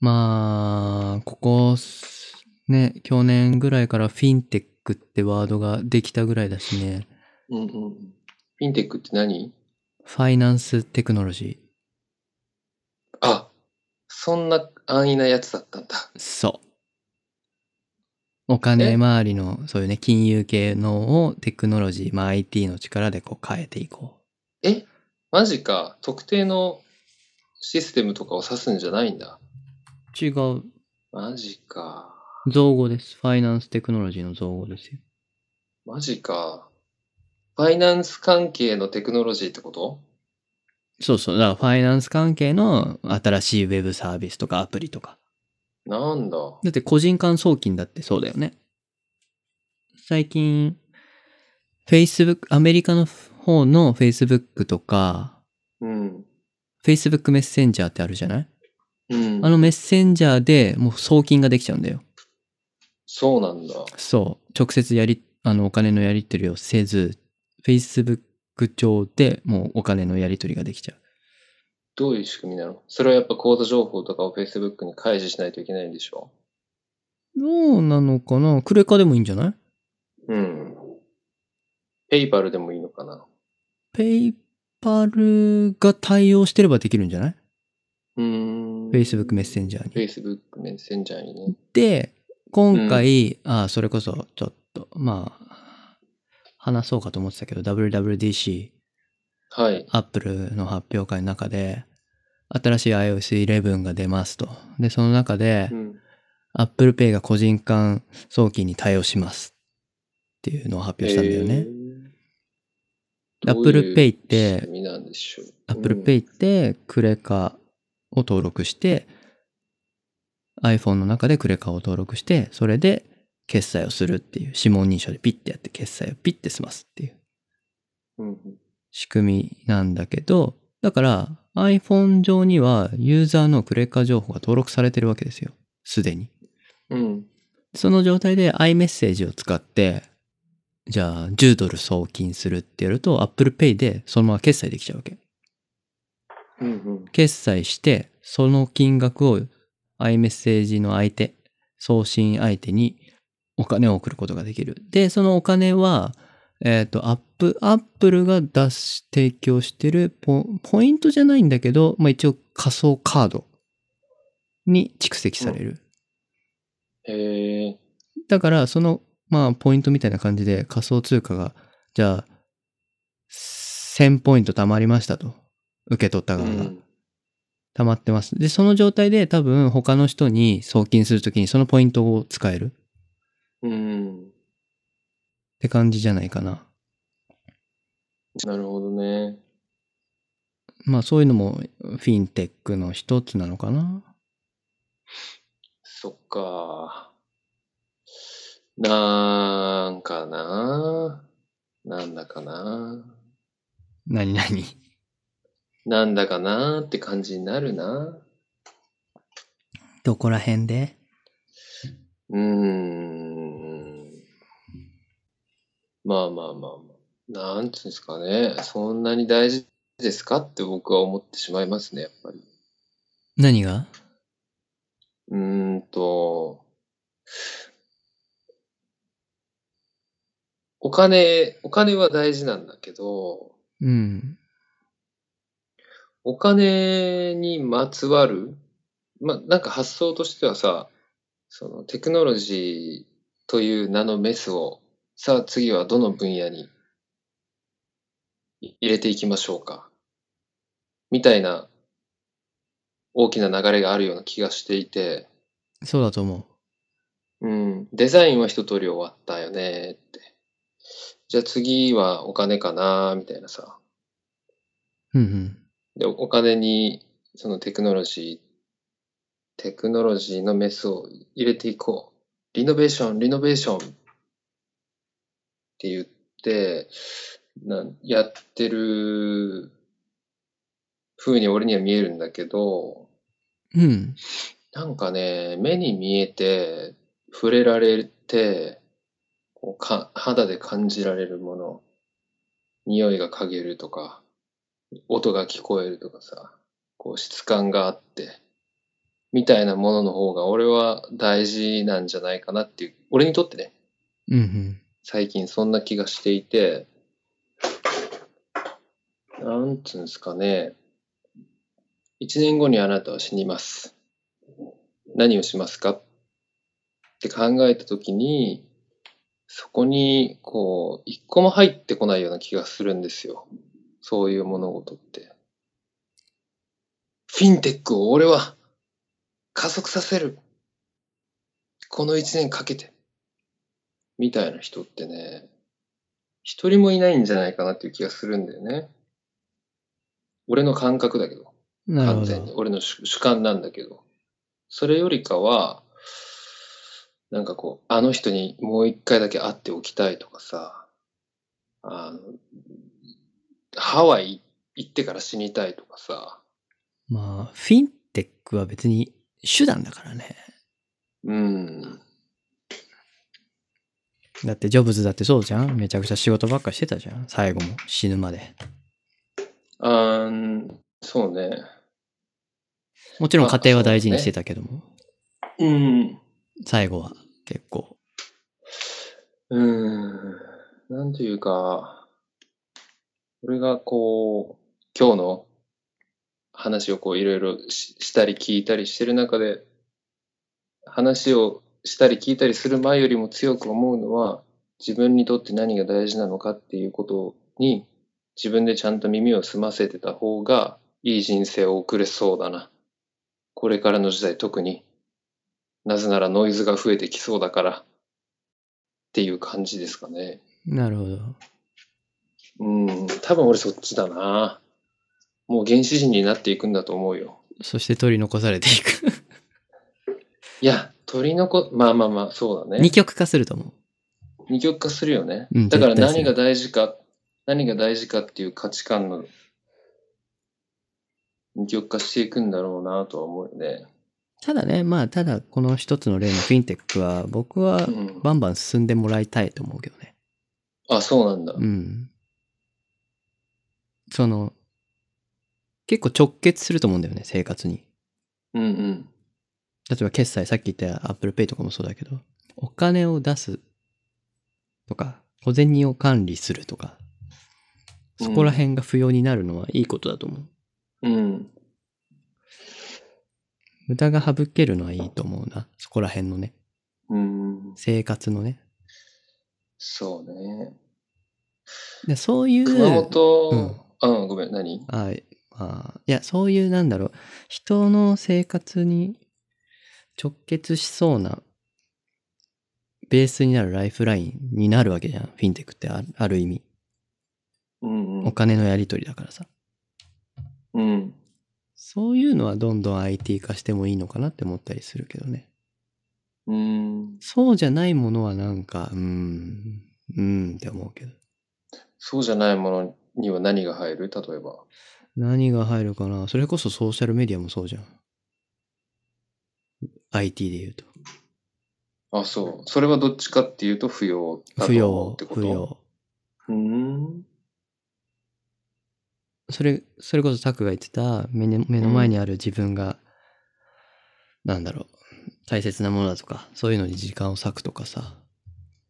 B: まあ、ここす、ね、去年ぐらいからフィンテックってワードができたぐらいだしね。
A: うんうんうん。フィンテックって何
B: ファイナンステクノロジ
A: あ、そんな安易なやつだったんだ。
B: ー。そう。お金
A: え
B: 周りの、そういうね、金融系のをテクノロジー、まあ IT の力でこう変えていこ
A: えマジか。特定のシステムとかを指すんじゃないんだ。
B: う。違う。
A: マジか。
B: 造語です。ファイナンステクノロジーの造語ですよ。
A: マジか。ファイナンス関係のテクノロジーってこと
B: そうそう。だからファイナンス関係の新しいウェブサービスとかアプリとか。
A: なんだ。
B: だって個人間送金だってそうだよね。最近、Facebook、アメリカの方の Facebook とか、
A: うん。
B: Facebook メッセンジャーってあるじゃない
A: うん。
B: あのメッセンジャーでもう送金ができちゃうんだよ。
A: そうなんだ。
B: そう。直接やり、あのお金のやり取りをせず、Facebook 上でもうお金のやり取りができちゃう。
A: どういう仕組みなのそれはやっぱ口座情報とかを Facebook に開示しないといけないんでしょ
B: どうなのかなクレカでもいいんじゃない
A: うん。PayPal でもいいのかな
B: ?PayPal が対応してればできるんじゃないう
A: ーん。
B: ?Facebook メッセ
A: ン
B: ンジャーに。
A: Facebook メッセンジャーにね。
B: で、今回、あそれこそ、ちょっと、まあ、話そうかと思ってたけど、WWDC、
A: はい。
B: Apple の発表会の中で、新しい iOS11 が出ますと。で、その中で
A: う、ん。
B: Apple Pay が個人間送金に対応します。っていうのを発表したんだよね。
A: えー。
B: Apple Pay っ
A: どういう仕
B: て
A: 組、みなんでしょう
B: Apple Pay ってクレカを登録して、iPhone の中でクレカを登録して、それで決済をするっていう、指紋認証でピッてやって決済をピッて済ますっていう
A: うんうん
B: 仕組みなんだけど、だから iPhone 上にはユーザーのクレカ情報が登録されてるわけですよ。すでに。
A: うん。うん。
B: その状態で iMessage を使って、じゃあ10ドル送金するってやると Apple Pay でそのまま決済できちゃうわけ。
A: うんうん。
B: 決済して、その金額を iMessage の相手、送信相手にお金を送ることができる。で、そのお金は、えっ、と、アップ、アップルが出し、提供してるポポイントじゃないんだけど、まあ、一応仮想カードに蓄積される。
A: へえ。
B: だから、その、まあ、ポイントみたいな感じで仮想通貨が、じゃあ、1000ポイント貯まりましたと。受け取った
A: う
B: 側が。
A: ん。
B: 溜まってます。で、その状態で多分他の人に送金するときにそのポイントを使えるっ
A: うん。
B: て感じじゃないかな。
A: なるほどね。
B: まあそういうのもフィンテックの一つなのかな。
A: そっか。なんかな。なんだかな。
B: な になに
A: なんだかなって感じになるな。
B: どこら辺で
A: うーん。まあまあまあまあ。なんていうんですかね。そんなに大事ですかって僕は思ってしまいますね、やっぱり。
B: 何が
A: うーんと、お金、お金は大事なんだけど、
B: うん。
A: お金にまつわる、まあ、なんか発想としてはさ、そのテクノロジーという名のメスを、さあ次はどの分野に入れていきましょうか。みたいな大きな流れがあるような気がしていて、
B: そうだと思
A: うん、デザインは一通り終わったよねって。じゃあ次はお金かなみたいなさ。
B: う。うんうん。
A: で、お金に、そのテクノロジー、テクノロジーのメスを入れていこう。リノベーション、リノベーションって言って、なんやってる風に俺には見えるんだけど、
B: うん。
A: なんかね、目に見えて、触れられて、こうか肌で感じられるもの、匂いが嗅げるとか、音が聞こえるとかさ、こう質感があって、みたいなものの方が俺は大事なんじゃないかなっていう、俺にとってね、
B: うんうん。
A: 最近そんな気がしていて、なんつうんですかね。一年後にあなたは死にます。何をしますかって考えたときに、そこに、こう、一個も入ってこないような気がするんですよ。そういう物事って。フィンテックを俺は加速させる。この一年かけて。みたいな人ってね、一人もいないんじゃないかなっていう気がするんだよね。俺の感覚だけど、
B: なる
A: 完
B: ほ
A: 全に。
B: ど。
A: 俺の主主観なんだけど。それよりかは、なんかこう、あの人にもう一回だけ会っておきたいとかさ、あの、ハワイ行ってから死にたいとかさ、
B: まあ、フィンテックは別に手段だからね。
A: うん、
B: だってジョブズだってそうじゃんめちゃくちゃ仕事ばっかしてたじゃん最後も死ぬまで。
A: あーん、そうね。
B: もちろん家庭は大事にしてたけども、
A: うん、
B: 最後は結構。
A: うーん、なんというか、俺がこう、今日の話をこういろいろししたり聞いたりしてる中で、話をしたり聞いたりする前よりも強く思うのは、自分にとって何が大事なのかっていうことに、自分でちゃんと耳を澄ませてた方が、いい人生を送れそうだな。これからの時代特に、なぜならノイズが増えてきそうだから、っていう感じですかね。
B: なるほど。
A: うん、多分俺そっちだな。もう原始人になっていくんだと思うよ。
B: そして取り残されていく。
A: いや、鳥の子、まあまあまあ、そうだ
B: 二
A: ね。
B: 極化すると思う。
A: 二極化するよね。
B: うん
A: だから
B: 絶対す
A: 何
B: る
A: が大事か、何が大事かっていう価値観の二極化していくんだろうなとは思うよね。
B: ただね、まあただこの一つの例のフィンテックは僕は
A: うん
B: バンバン進んでもらいたいと思うけどね。
A: あ、そうなんだ。
B: うん。その、結構直結すると思うんだよね、生活に。
A: うんうん。
B: 例えば決済、さっき言った Apple Pay とかもそうだけど、お金を出すとか、小銭を管理するとか、そこら辺が不要になるのはいいことだと思
A: う
B: う。
A: ん。
B: 無駄が省けるのはいいと思うな。そこら辺のね、
A: うん。
B: 生活のね。
A: そうね。
B: でそういう、
A: 熊本、うん、ごめん、何
B: ああいや、そういう、なんだろう、人の生活に直結しそうなベースになるライフラインになるわけじゃん。フィンテックってあある意味。
A: うんう
B: お
A: ん。
B: 金のやり取りだからさ。
A: うん。
B: そういうのはどんどん IT 化してもいいのかなって思ったりするけどね。
A: うん。
B: そうじゃないものはなんか、うーん、うーんって思うけど。
A: そうじゃないものには何が入る例えば。
B: 何が入るかなそれこそソーシャルメディアもそうじゃん。IT で言うと。
A: あ、そう。それはどっちかっていうと不要だ
B: 不
A: と思う
B: 要
A: って、こと
B: 不要。
A: うーん。
B: それ、それこそタクが言ってた目に目の前にある自分が、なんだろう、大切なものだとか、そういうのに時間を割くとかさ、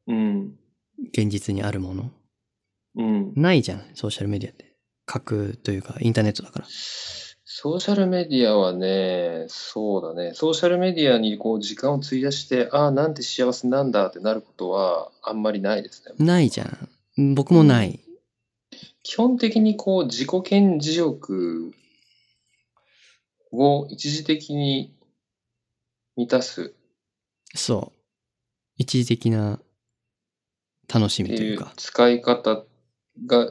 A: うん。
B: 現実にあるもの。
A: うん。
B: ないじゃん、ソーシャルメディアって。書くというか、インターネットだから。
A: ソーシャルメディアはね、そうだね。ソーシャルメディアにこう時間を費やして、ああ、なんて幸せなんだってなることはあんまりないですね。
B: ないじゃん。僕もない。
A: 基本的にこう自己顕示欲を一時的に満たす
B: そう。一時的な楽し
A: っ
B: み
A: て
B: とい
A: いうう
B: か。
A: 使い方が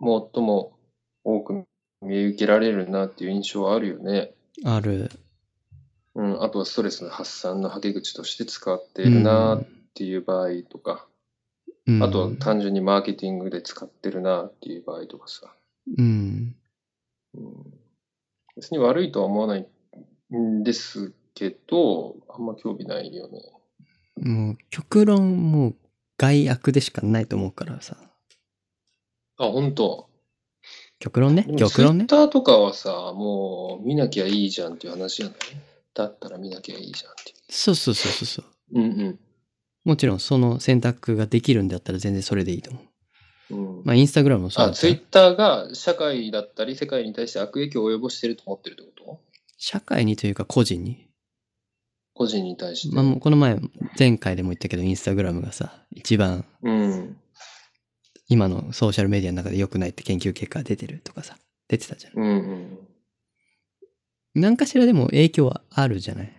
A: 最も多く見受けられるなっていう印象はあるよね。
B: ある。
A: うん、あとはストレスの発散の吐け口として使ってるなっていう場合とか、
B: うん
A: あとは単純にマーケティングで使ってるなっていう場合とかさ。
B: うん。
A: うん別に悪いとは思わないんですけど、あんま興味ないよね。
B: もう、極論、もう、害悪でしかないと思うからさ。
A: あ、本当。
B: 極論ね。
A: でも
B: 極論ね。
A: ツイッターとかはさ、もう見なきゃいいじゃんっていう話じゃないだったら見なきゃいいじゃんってい
B: そうそうそうそうそう。
A: う。うん
B: もちろん、その選択ができるんだったら全然それでいいと思う。
A: うん。うん
B: まあ、インスタグラムもそう
A: あ、
B: だ
A: ツイッターが社会だったり世界に対して悪影響を及ぼしてると思ってるってこと
B: 社会にというか個人に。
A: 個人に対して。
B: まあ、もうこの前、前回でも言ったけど、インスタグラムがさ、一番、
A: うん。
B: 今のソーシャルメディアの中で良くないって研究結果が出てるとかさ、出てたじゃん。
A: うんうん。
B: 何かしらでも影響はあるじゃない。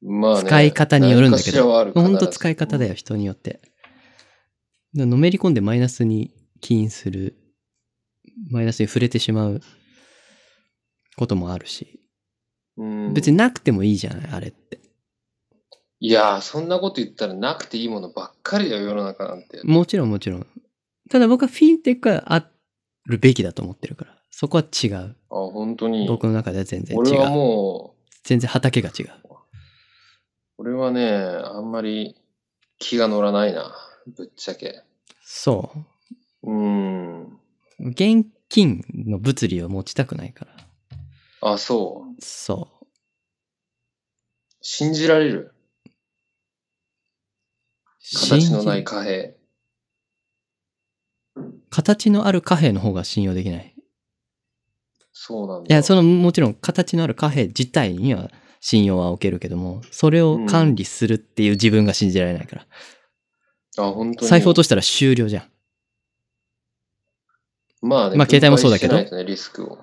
A: まあ、ね、
B: 使い方によるんだけ
A: 何かし
B: ど
A: らはある
B: 本当使い方だ
A: よ。
B: よ、人によって。だのめり込んでマイナスに起因する、マイナスに触れてしまうこともあるし、
A: うん、
B: 別になくてもいいじゃない、あれって。
A: いやー、そんなこと言ったらなくていいものばっかりだよ、世の中なんて。
B: もちろんもちろん。ただ僕はフィンテックはあるべきだと思ってるから、そこは違う。
A: あ、本当に。
B: 僕の中では全然違
A: 俺は
B: う。
A: もう、
B: 全然畑が違う。
A: 俺はね、あんまり気が乗らないな、ぶっちゃけ。
B: そう。
A: うーん。
B: 現金の物理を持ちたくないから。
A: あ、そう。
B: そう。
A: 信じられる。形のない貨幣。
B: 形のある貨幣の方が信用できない。
A: そうなんだ。
B: いや、その、もちろん形のある貨幣自体には信用は置けるけども、それを管理するっていう自分が信じられないから。
A: あ、本当に。
B: 財布落としたら終了じゃん。
A: まあね、
B: まあ携帯もそうだけど
A: 分配してないとね、リスクを。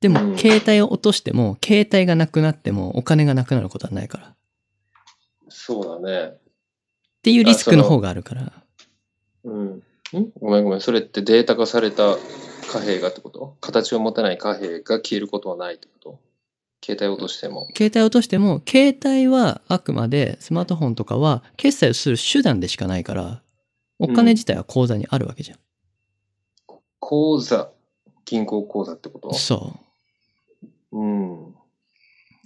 B: でも、
A: うん
B: 携帯を落としても、携帯がなくなっても、お金がなくなることはないから。っ
A: そうだね。
B: ていうリスクの方があるから。
A: うん。んごめんごめん。それってデータ化された貨幣がってこと形を持たない貨幣が消えることはないってこと携帯を落としても。
B: 携帯を落としても、携帯はあくまでスマートフォンとかは決済をする手段でしかないから、お金自体は口座にあるわけじゃん。
A: 口座、銀行口座ってこと
B: そ
A: うん。
B: う。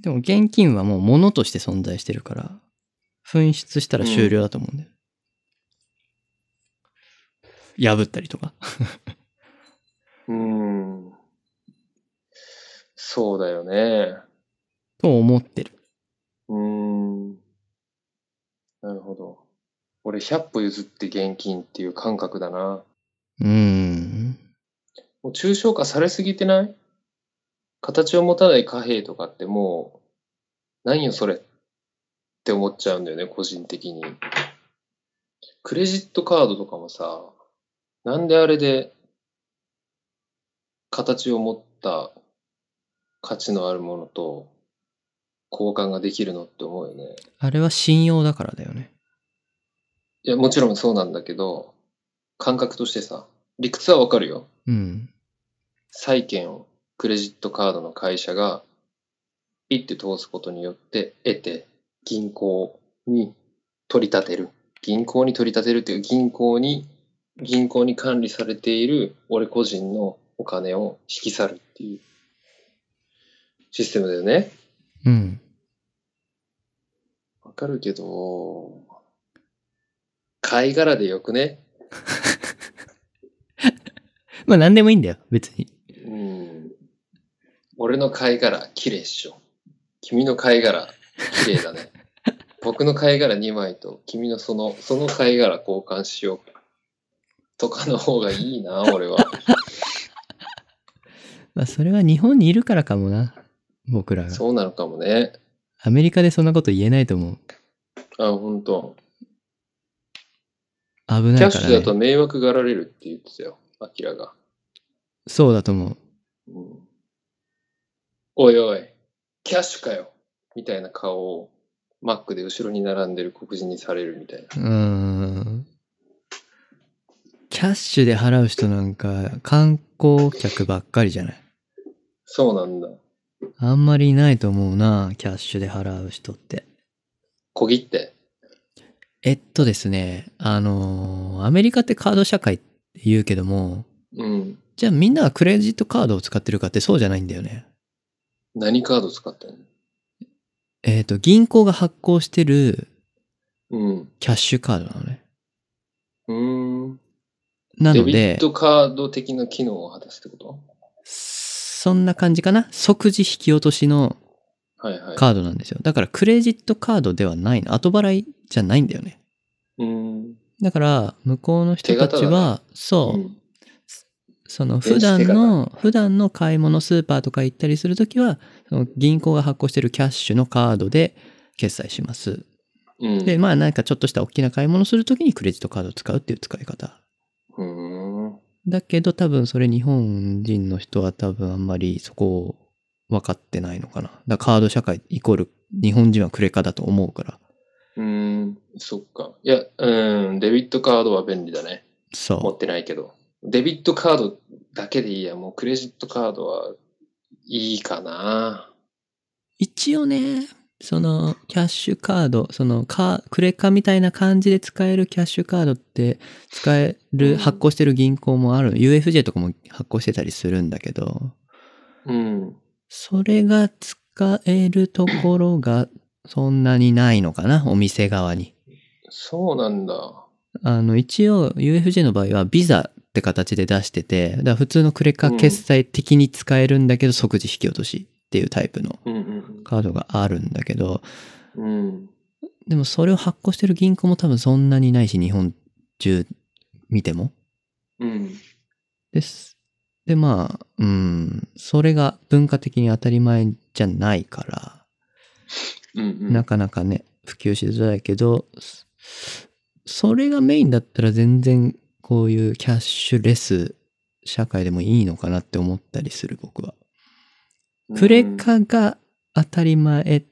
B: でも現金はもう物として存在してるから、紛失したら終了だと思うんだよ。破ったりとか。
A: うん。そうだよね。
B: と思ってる。
A: うん。なるほど。俺、100歩譲って現金っていう感覚だな。
B: うーん。
A: もう抽象化されすぎてない形を持たない貨幣とかってもう、何よそれって思っちゃうんだよね、個人的に。クレジットカードとかもさ、なんであれで形を持った価値のあるものと交換ができるのって思うよね。
B: あれは信用だからだよね。
A: いや、もちろんそうなんだけど、感覚としてさ、理屈はわかるよ。
B: うん。
A: 債券をクレジットカードの会社がピッて通すことによって得て銀行に取り立てる。銀行に取り立てるという銀行に、銀行に管理されている俺個人のお金を引き去るっていうシステムだよね。
B: うん。
A: わかるけど、貝殻でよくね。
B: まあ何でもいいんだよ、別に。
A: うん。俺の貝殻、綺麗っしょ。君の貝殻、綺麗だ ね。僕の貝殻2枚と、君のその、その貝殻交換しよう。とかの方がいいな、俺 は。
B: まあそれは日本にいるからかもな。僕らが。
A: そうなのかもね。
B: アメリカでそんなこと言えないと思う。
A: あ、ほんと。
B: 危
A: キャ
B: な
A: ッ
B: い
A: シ
B: か
A: ュだ
B: ら、
A: と
B: ね。
A: 迷惑がられるって言ってたよ、アキラが。
B: そうだと思う。
A: うんおいおい、キャッシュかよみたいな顔をマックで後ろに並んでる黒人にされるみたいな。
B: うーん。キャッシュで払う人なんか観光客ばっかりじゃない。
A: そうなんだ。
B: あんまりいないと思うな、キャッシュで払う人って。
A: 小切って。
B: えっとですね、あのーアメリカってカード社会って言うけども、
A: うん。
B: じゃあみんなはクレジットカードを使ってるかってそうじゃないんだよね。
A: 何カード使ってんの
B: えっ、と、銀行が発行してる
A: うん。
B: キャッシュカードなのね。
A: うーん。
B: な
A: デ
B: の
A: ビッ
B: で、
A: トカード的な機能を果たすってこ
B: そんな感じかな即時引き落としの
A: とはいはい。
B: カードなんですよ。だからクレジットカードではないの。後払いじゃないんだよね。
A: うーん。
B: だから、向こうの人たち
A: 手形だ
B: は、そう、
A: うん
B: そ
A: 電
B: の普
A: 子手形
B: 段の、普段の買い物スーパーとか行ったりするときは、その銀行が発行してるキャッシュのカードで決済します。
A: うん。
B: で、まあなんかちょっとした大きな買い物するときにクレジットカードを使うっていう使い方。
A: うーん。
B: だけど多分それ日本人の人は多分あんまりそこを分かってないのかな。だからカード社会イコール日本人はクレカだと思うから。
A: うーん。そっか。いや、うーん。デビットカードは便利だね。持
B: そ
A: ってないけど。デビットカードだけでいいや。もうクレジットカードはいいかな。
B: う。一応ね、そのキャッシュカード、そのカクレカみたいな感じで使えるキャッシュカードって使え
A: うん
B: る、発行してる銀行もある。UFJ とかも発行してたりするんだけど、
A: うん。
B: それが使えるところがそんなにないのかな、お店側に。
A: そうなんだ。
B: あの、一応 UFJ の場合はビザって形で出してて、だから普通のクレカ決済的に使えるんだけど、即時引き落としっていうタイプの
A: うん
B: カードがあるんだけど、
A: うんうん。うん。
B: でもそれを発行してる銀行も多分そんなにないし、日本中見ても。
A: うん。
B: です。で、まあ、うん、それが文化的に当たり前じゃないから、
A: うんうん。
B: なかなかね、普及しづらいけど、そそれがメインだったら全然こういうキャッシュレス社会でもいいのかなって思ったりする僕は。クレカが当たり前っ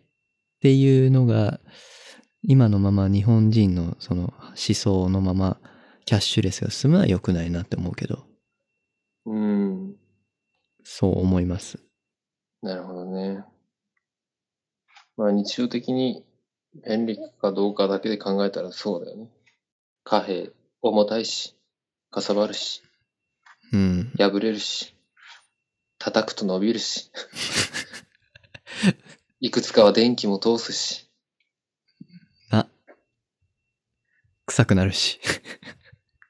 B: ていうのが今のまま日本人のその思想のままキャッシュレスが進むのは良くないなって思うけど、
A: うん。
B: そう思います。
A: なるほどね。まあ日常的に便利かどうかだけで考えたらそうだよね。貨幣、重たいし、かさばるし、
B: うん。
A: 破れるし、叩くと伸びる し、いくつかは電気も通すし、
B: 臭くなるし。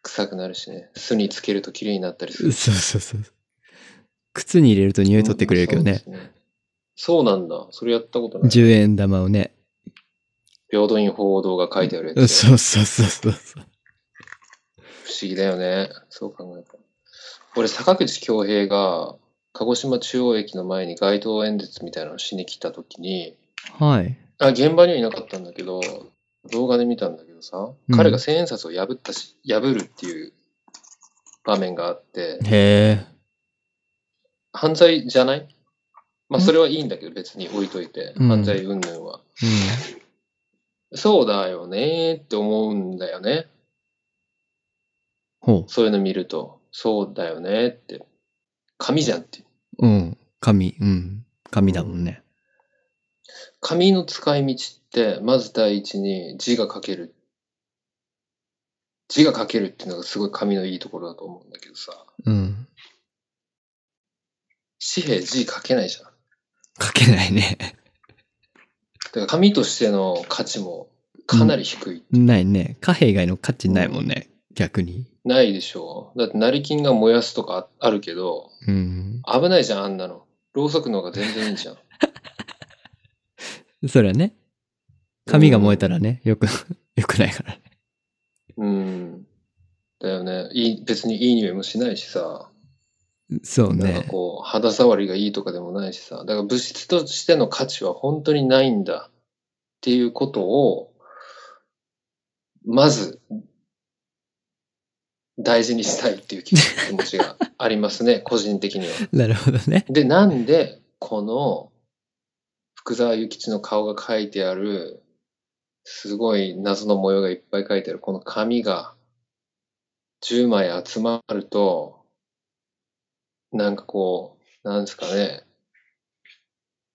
A: 臭くなるしね。巣につけると綺麗になったりす
B: そう
A: る。
B: そうそう。靴に入れると匂い取ってくれるけどね。
A: そうですね。そうなんだ。それやったことない。
B: 10円玉をね。
A: 平等院報道が書いてある
B: そう
A: やつ。不
B: そうそうそうそう。
A: 思議だよね。そう考えたら。俺、坂口恭平が、鹿児島中央駅の前に街頭演説みたいなのをしに来た時に、
B: はい。
A: あ、現場にはいなかったんだけど、動画で見たんだけどさ、
B: うん
A: 彼が千円札を破ったし、破るっていう場面があって、
B: へえ。
A: 犯罪じゃないまあ、
B: うん
A: それはいいんだけど、別に置いといて、
B: うん
A: 犯罪云々は。そうだよねーって思うんだよね。
B: ほ
A: そういうの見ると、そうだよねーって。紙じゃんって。
B: う。うん。紙。うん。紙だもんね。
A: 紙の使い道って、まず第一に字が書ける。字が書けるっていうのがすごい紙のいいところだと思うんだけどさ、
B: うん。
A: 紙幣字書けないじゃん。
B: 書けないね。
A: だから紙としての価値もかなり低い。
B: ないね。貨幣以外の価値ないもんね。逆に。
A: ないでしょう。だって成金が燃やすとかああるけど、
B: うん。
A: 危ないじゃん、あんなの。ろうそくの方が全然いい じゃん。
B: それはね。紙が燃えたらね、よく、 よくないからね。
A: うん。だよね。いい、別にいい匂いもしないしさ。
B: そ
A: な
B: う
A: んか
B: ね。
A: こう、肌触りがいいとかでもないしさ。だから物質としての価値は本当にないんだっていうことを、まず、大事にしたいっていう気気持ちがありますね、個人的には。
B: なるほどね。
A: で、なんで、この、福沢諭吉の顔が書いてある、すごい謎の模様がいっぱい書いてある、この紙が、10枚集まると、なんかこう、なんですかね、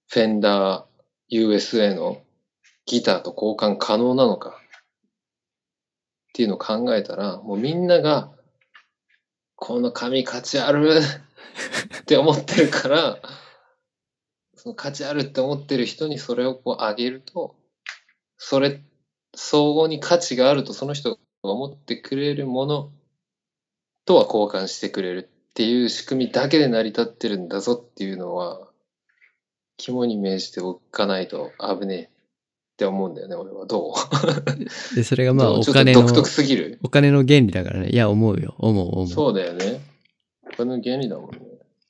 A: フェンダー USA のギターと交換可能なのか、っていうのを考えたら、もうみんなが、この紙価値あるって思ってるから、その価値あるって思ってる人にそれをこうあげると、それ、相互に価値があるとその人が思ってくれるものとは交換してくれるっていう仕組みだけで成り立ってるんだぞっていうのは、肝に銘じておかないと危ねえって思うんだよね、俺は。どう
B: で、それ がまあ、
A: ど
B: お
A: うちょっ
B: 金
A: と
B: の
A: 独、特すぎる。
B: お金の原理だからね。いや、思うよ。思う、思う。
A: そうだよね。お金の原理だもんね。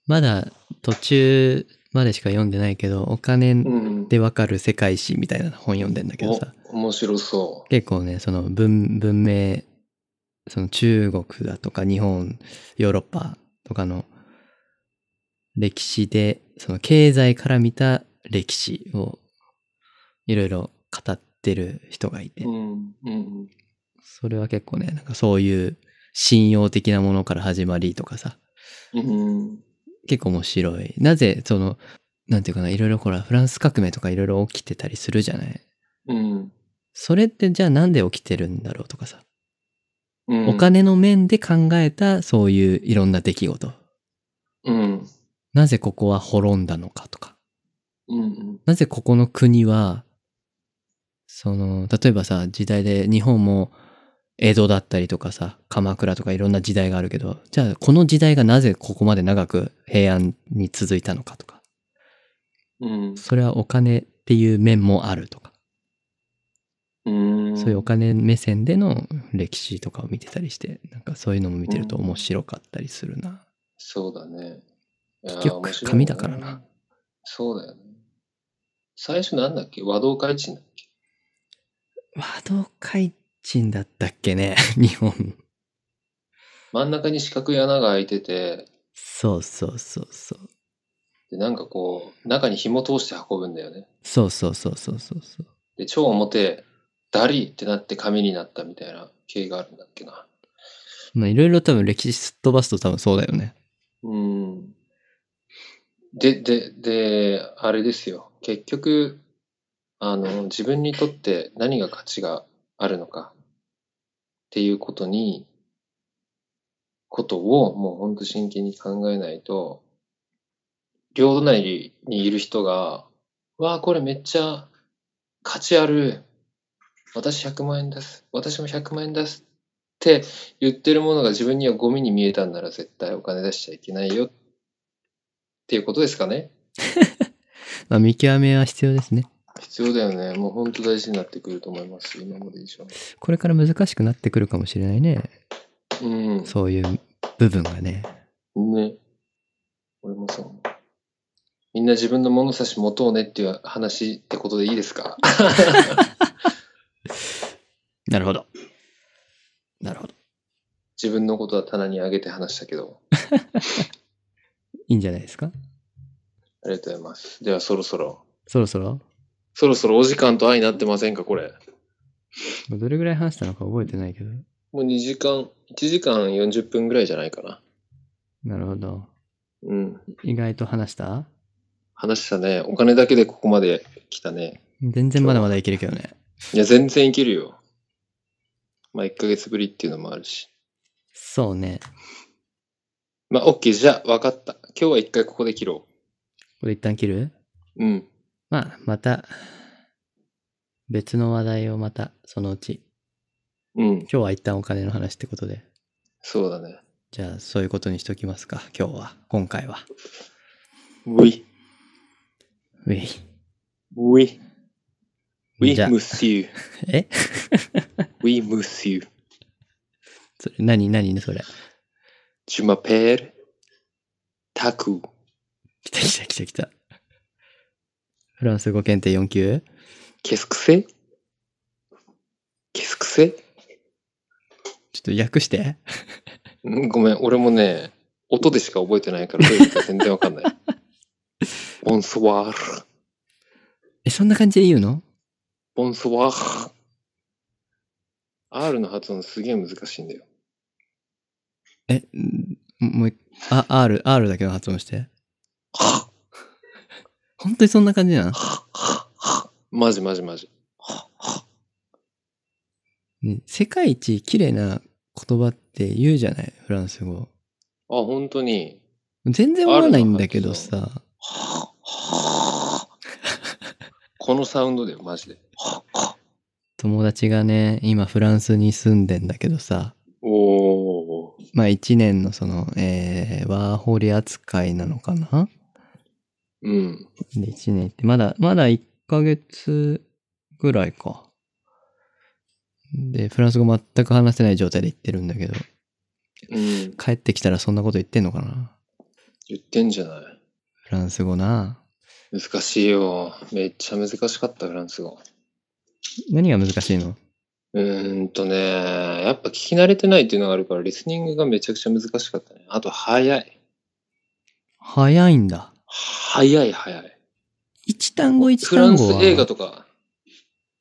B: まだ途中までしか読んでないけど、お金
A: うん。
B: でわかる世界史みたいな本読んでんだけどさ、
A: お面白そう。
B: 結構ね、その文、文明、その中国だとか日本、ヨーロッパとかの歴史で、その経済から見た歴史をいろいろ語ってる人がいて、
A: うんうん
B: それは結構ね、なんかそういう信用的なものから始まりとかさ、
A: うん
B: 結構面白い。なぜ、その、なんていうかな、いろいろほら、フランス革命とかいろいろ起きてたりするじゃない
A: うん
B: それってじゃあなんで起きてるんだろうとかさ、
A: うん
B: お金の面で考えたそういういろんな出来事。
A: うん
B: なぜここは滅んだのかとか、
A: うん
B: なぜここの国は、その、例えばさ、時代で日本も江戸だったりとかさ、鎌倉とかいろんな時代があるけど、じゃあこの時代がなぜここまで長く平安に続いたのかとか、
A: うん
B: それはお金っていう面もあるとか、
A: うん
B: そういうお金目線での歴史とかを見てたりして、なんかそういうのも見てると面白かったりするな。
A: そうだねいやー
B: 結局
A: 面白い
B: 紙だからな
A: そうだよね最初なんだっけ和道開地だっけ
B: 和道開珍だったっけね 日本。
A: 真ん中に四角い穴が開いてて
B: そうそうそうそう。
A: でなんかこう中に紐通して運ぶんだよね
B: そうそうそうそうそうそう。
A: で超表ダリーってなって紙になったみたいな経緯があるんだっけな
B: まあいろいろ多分歴史すっ飛ばすと多分そうだよね。
A: うん。で、で、で、あれですよ。結局、あの、自分にとって何が価値があるのかっていうことに、ことをもうほんと真剣に考えないと、両隣にいる人が、わあ、これめっちゃ価値ある。私100万円出す。私も100万円出す。って言ってるものが自分にはゴミに見えたんなら絶対お金出しちゃいけないよっていうことですかね
B: まあ見極めは必要ですね。
A: 必要だよねもう本当大事になってくると思います今まで以上に
B: これから難しくなってくるかもしれないね。
A: うん
B: そういう部分がね。
A: ね俺もそう思うみんな自分の物差し持とうねっていう話ってことでいいですか
B: なるほど。なるほど。
A: 自分のことは棚に上げて話したけど
B: いいんじゃないですか
A: ありがとうございますではそろそろ
B: そろそろ
A: そろそろお時間と相なってませんかこれ
B: どれぐらい話したのか覚えてないけど。
A: もう2時間1時間40分ぐらいじゃないかな
B: なるほど。
A: うん
B: 意外と話した
A: 話したねお金だけでここまで来たね
B: 全然まだまだいけるけどね。
A: いや、全然いけるよ。まあ、1ヶ月ぶりっていうのもあるし。
B: そうね。こ
A: まあ、OK、じゃあ、分かった。今日は一回ここで切ろ
B: れ一旦切る
A: う。うん。
B: まあ、また、別の話題をまたそのうち。
A: うん、
B: 今日は一旦お金の話ってことで。
A: そうだね。
B: じゃあそういうことにしときますか。今日は。今回は。
A: ウィ、
B: ウェイ。
A: ウィ、ウ
B: じゃ
A: ィ
B: あ
A: ムスユー、
B: え
A: ウィムスユー、
B: それ何何それ。
A: チュマペール、タク、
B: 来た来た来た来た。フランス語検定4級
A: ケスクセ、ケスクセ。
B: ちょっと訳して。
A: うんごめん、俺もね、音でしか覚えてないから、どういうことか全然わか んない。ボンソワール、
B: え、そんな感じで言うの
A: ボンソワール。R の発音すげえ難しいんだよ。
B: え、んもう一、あ、R、R だけの発音して。
A: は
B: 本当にそんな感じなの
A: はははマジマジマジ。はは
B: ね世界一綺麗な言葉って言うじゃないフランス語。
A: あ、本当に。
B: 全然思わないんだけど
A: あ
B: さ。
A: ははこのサウンドだよ、マジで。はは
B: 友達がね、今フランスに住んでんだけどさ。
A: おー。
B: まあ一年のその、えー、ワーホリ扱いなのかな
A: うん。
B: で、1年行って、まだ、まだ1ヶ月ぐらいか。で、フランス語全く話せない状態で行ってるんだけど、
A: うん。
B: 帰ってきたらそんなこと言ってんのかな
A: 言ってんじゃない。
B: フランス語な。
A: 難しいよ。めっちゃ難しかった、フランス語。
B: 何が難しいの
A: うーんとね、やっぱ聞き慣れてないっていうのがあるから、リスニングがめちゃくちゃ難しかったね。あと、早い。
B: 早いんだ。
A: 早い、早い。
B: 一単語一
A: フラ
B: 単
A: ン
B: 語
A: ス
B: は。
A: 映画とか、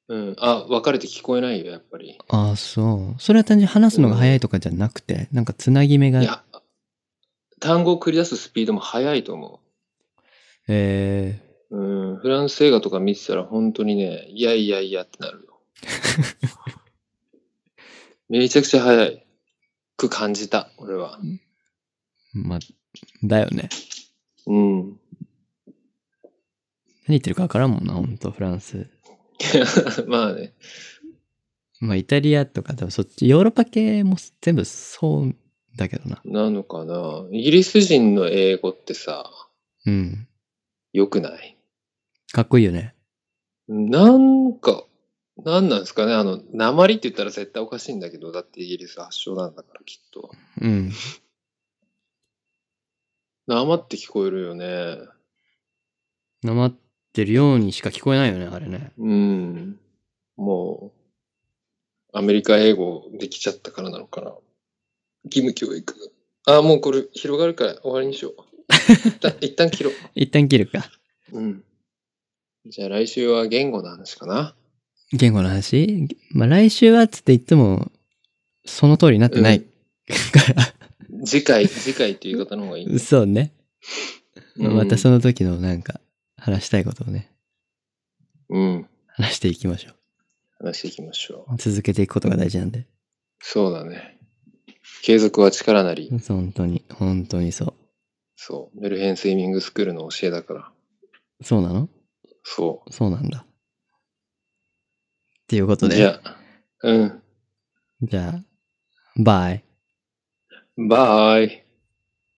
A: うん、あ、分かれて聞こえないよ、やっぱり。
B: ああ、そう。それは単純に話すのが早いとかじゃなくて、なんかつなぎ目
A: い
B: が。
A: や、単語を繰り出すスピードも早いと思
B: えー、
A: う。うん、フランス映画とか見てたら本当にね、いやいやいやってなるよ。めちゃくちゃ早い。く感じた、俺は。
B: まあ、だよね。
A: うん。
B: 何言ってるかわからんもんな、ほんと、フランス。
A: まあね。
B: まあ、イタリアとか、でもそっち、ヨーロッパ系も全部そうだけどな。
A: なのかな。イギリス人の英語ってさ、
B: うん。
A: 良くない
B: かっこいいよね。
A: なんか、なんなんですかねあの、鉛って言ったら絶対おかしいんだけど、だってイギリス発祥なんだからきっと。
B: うん。
A: 鉛って聞こえるよね。
B: なまってるようにしか聞こえないよね、あれね。
A: うん。もう、アメリカ英語できちゃったからなのかな。義務教育。あ、もうこれ広がるから終わりにしよう。一 旦一旦切ろ
B: 一旦切るか。
A: う。うん。じゃあ来週は言語の話かな。
B: 言語の話まあ、来週はっつって言っても、その通りになってない
A: うん
B: か
A: 次回、次回っていう言い方の方がいい
B: ら。。 そうね。
A: うん
B: またその時のなんか、話したいことをね、
A: うん。
B: 話していきましょ
A: 話していきましょう。
B: う。続けていくことが大事なんで。
A: そうだね。継続は力なり。
B: 本当に、本当にそ
A: そう。メルヘンスイミングスクールの教えだから。
B: う。そうなの
A: そ
B: そうなんだ。っていうこと
A: う。
B: で。
A: じゃあ、うん。
B: じゃあ、バイ。
A: バイ。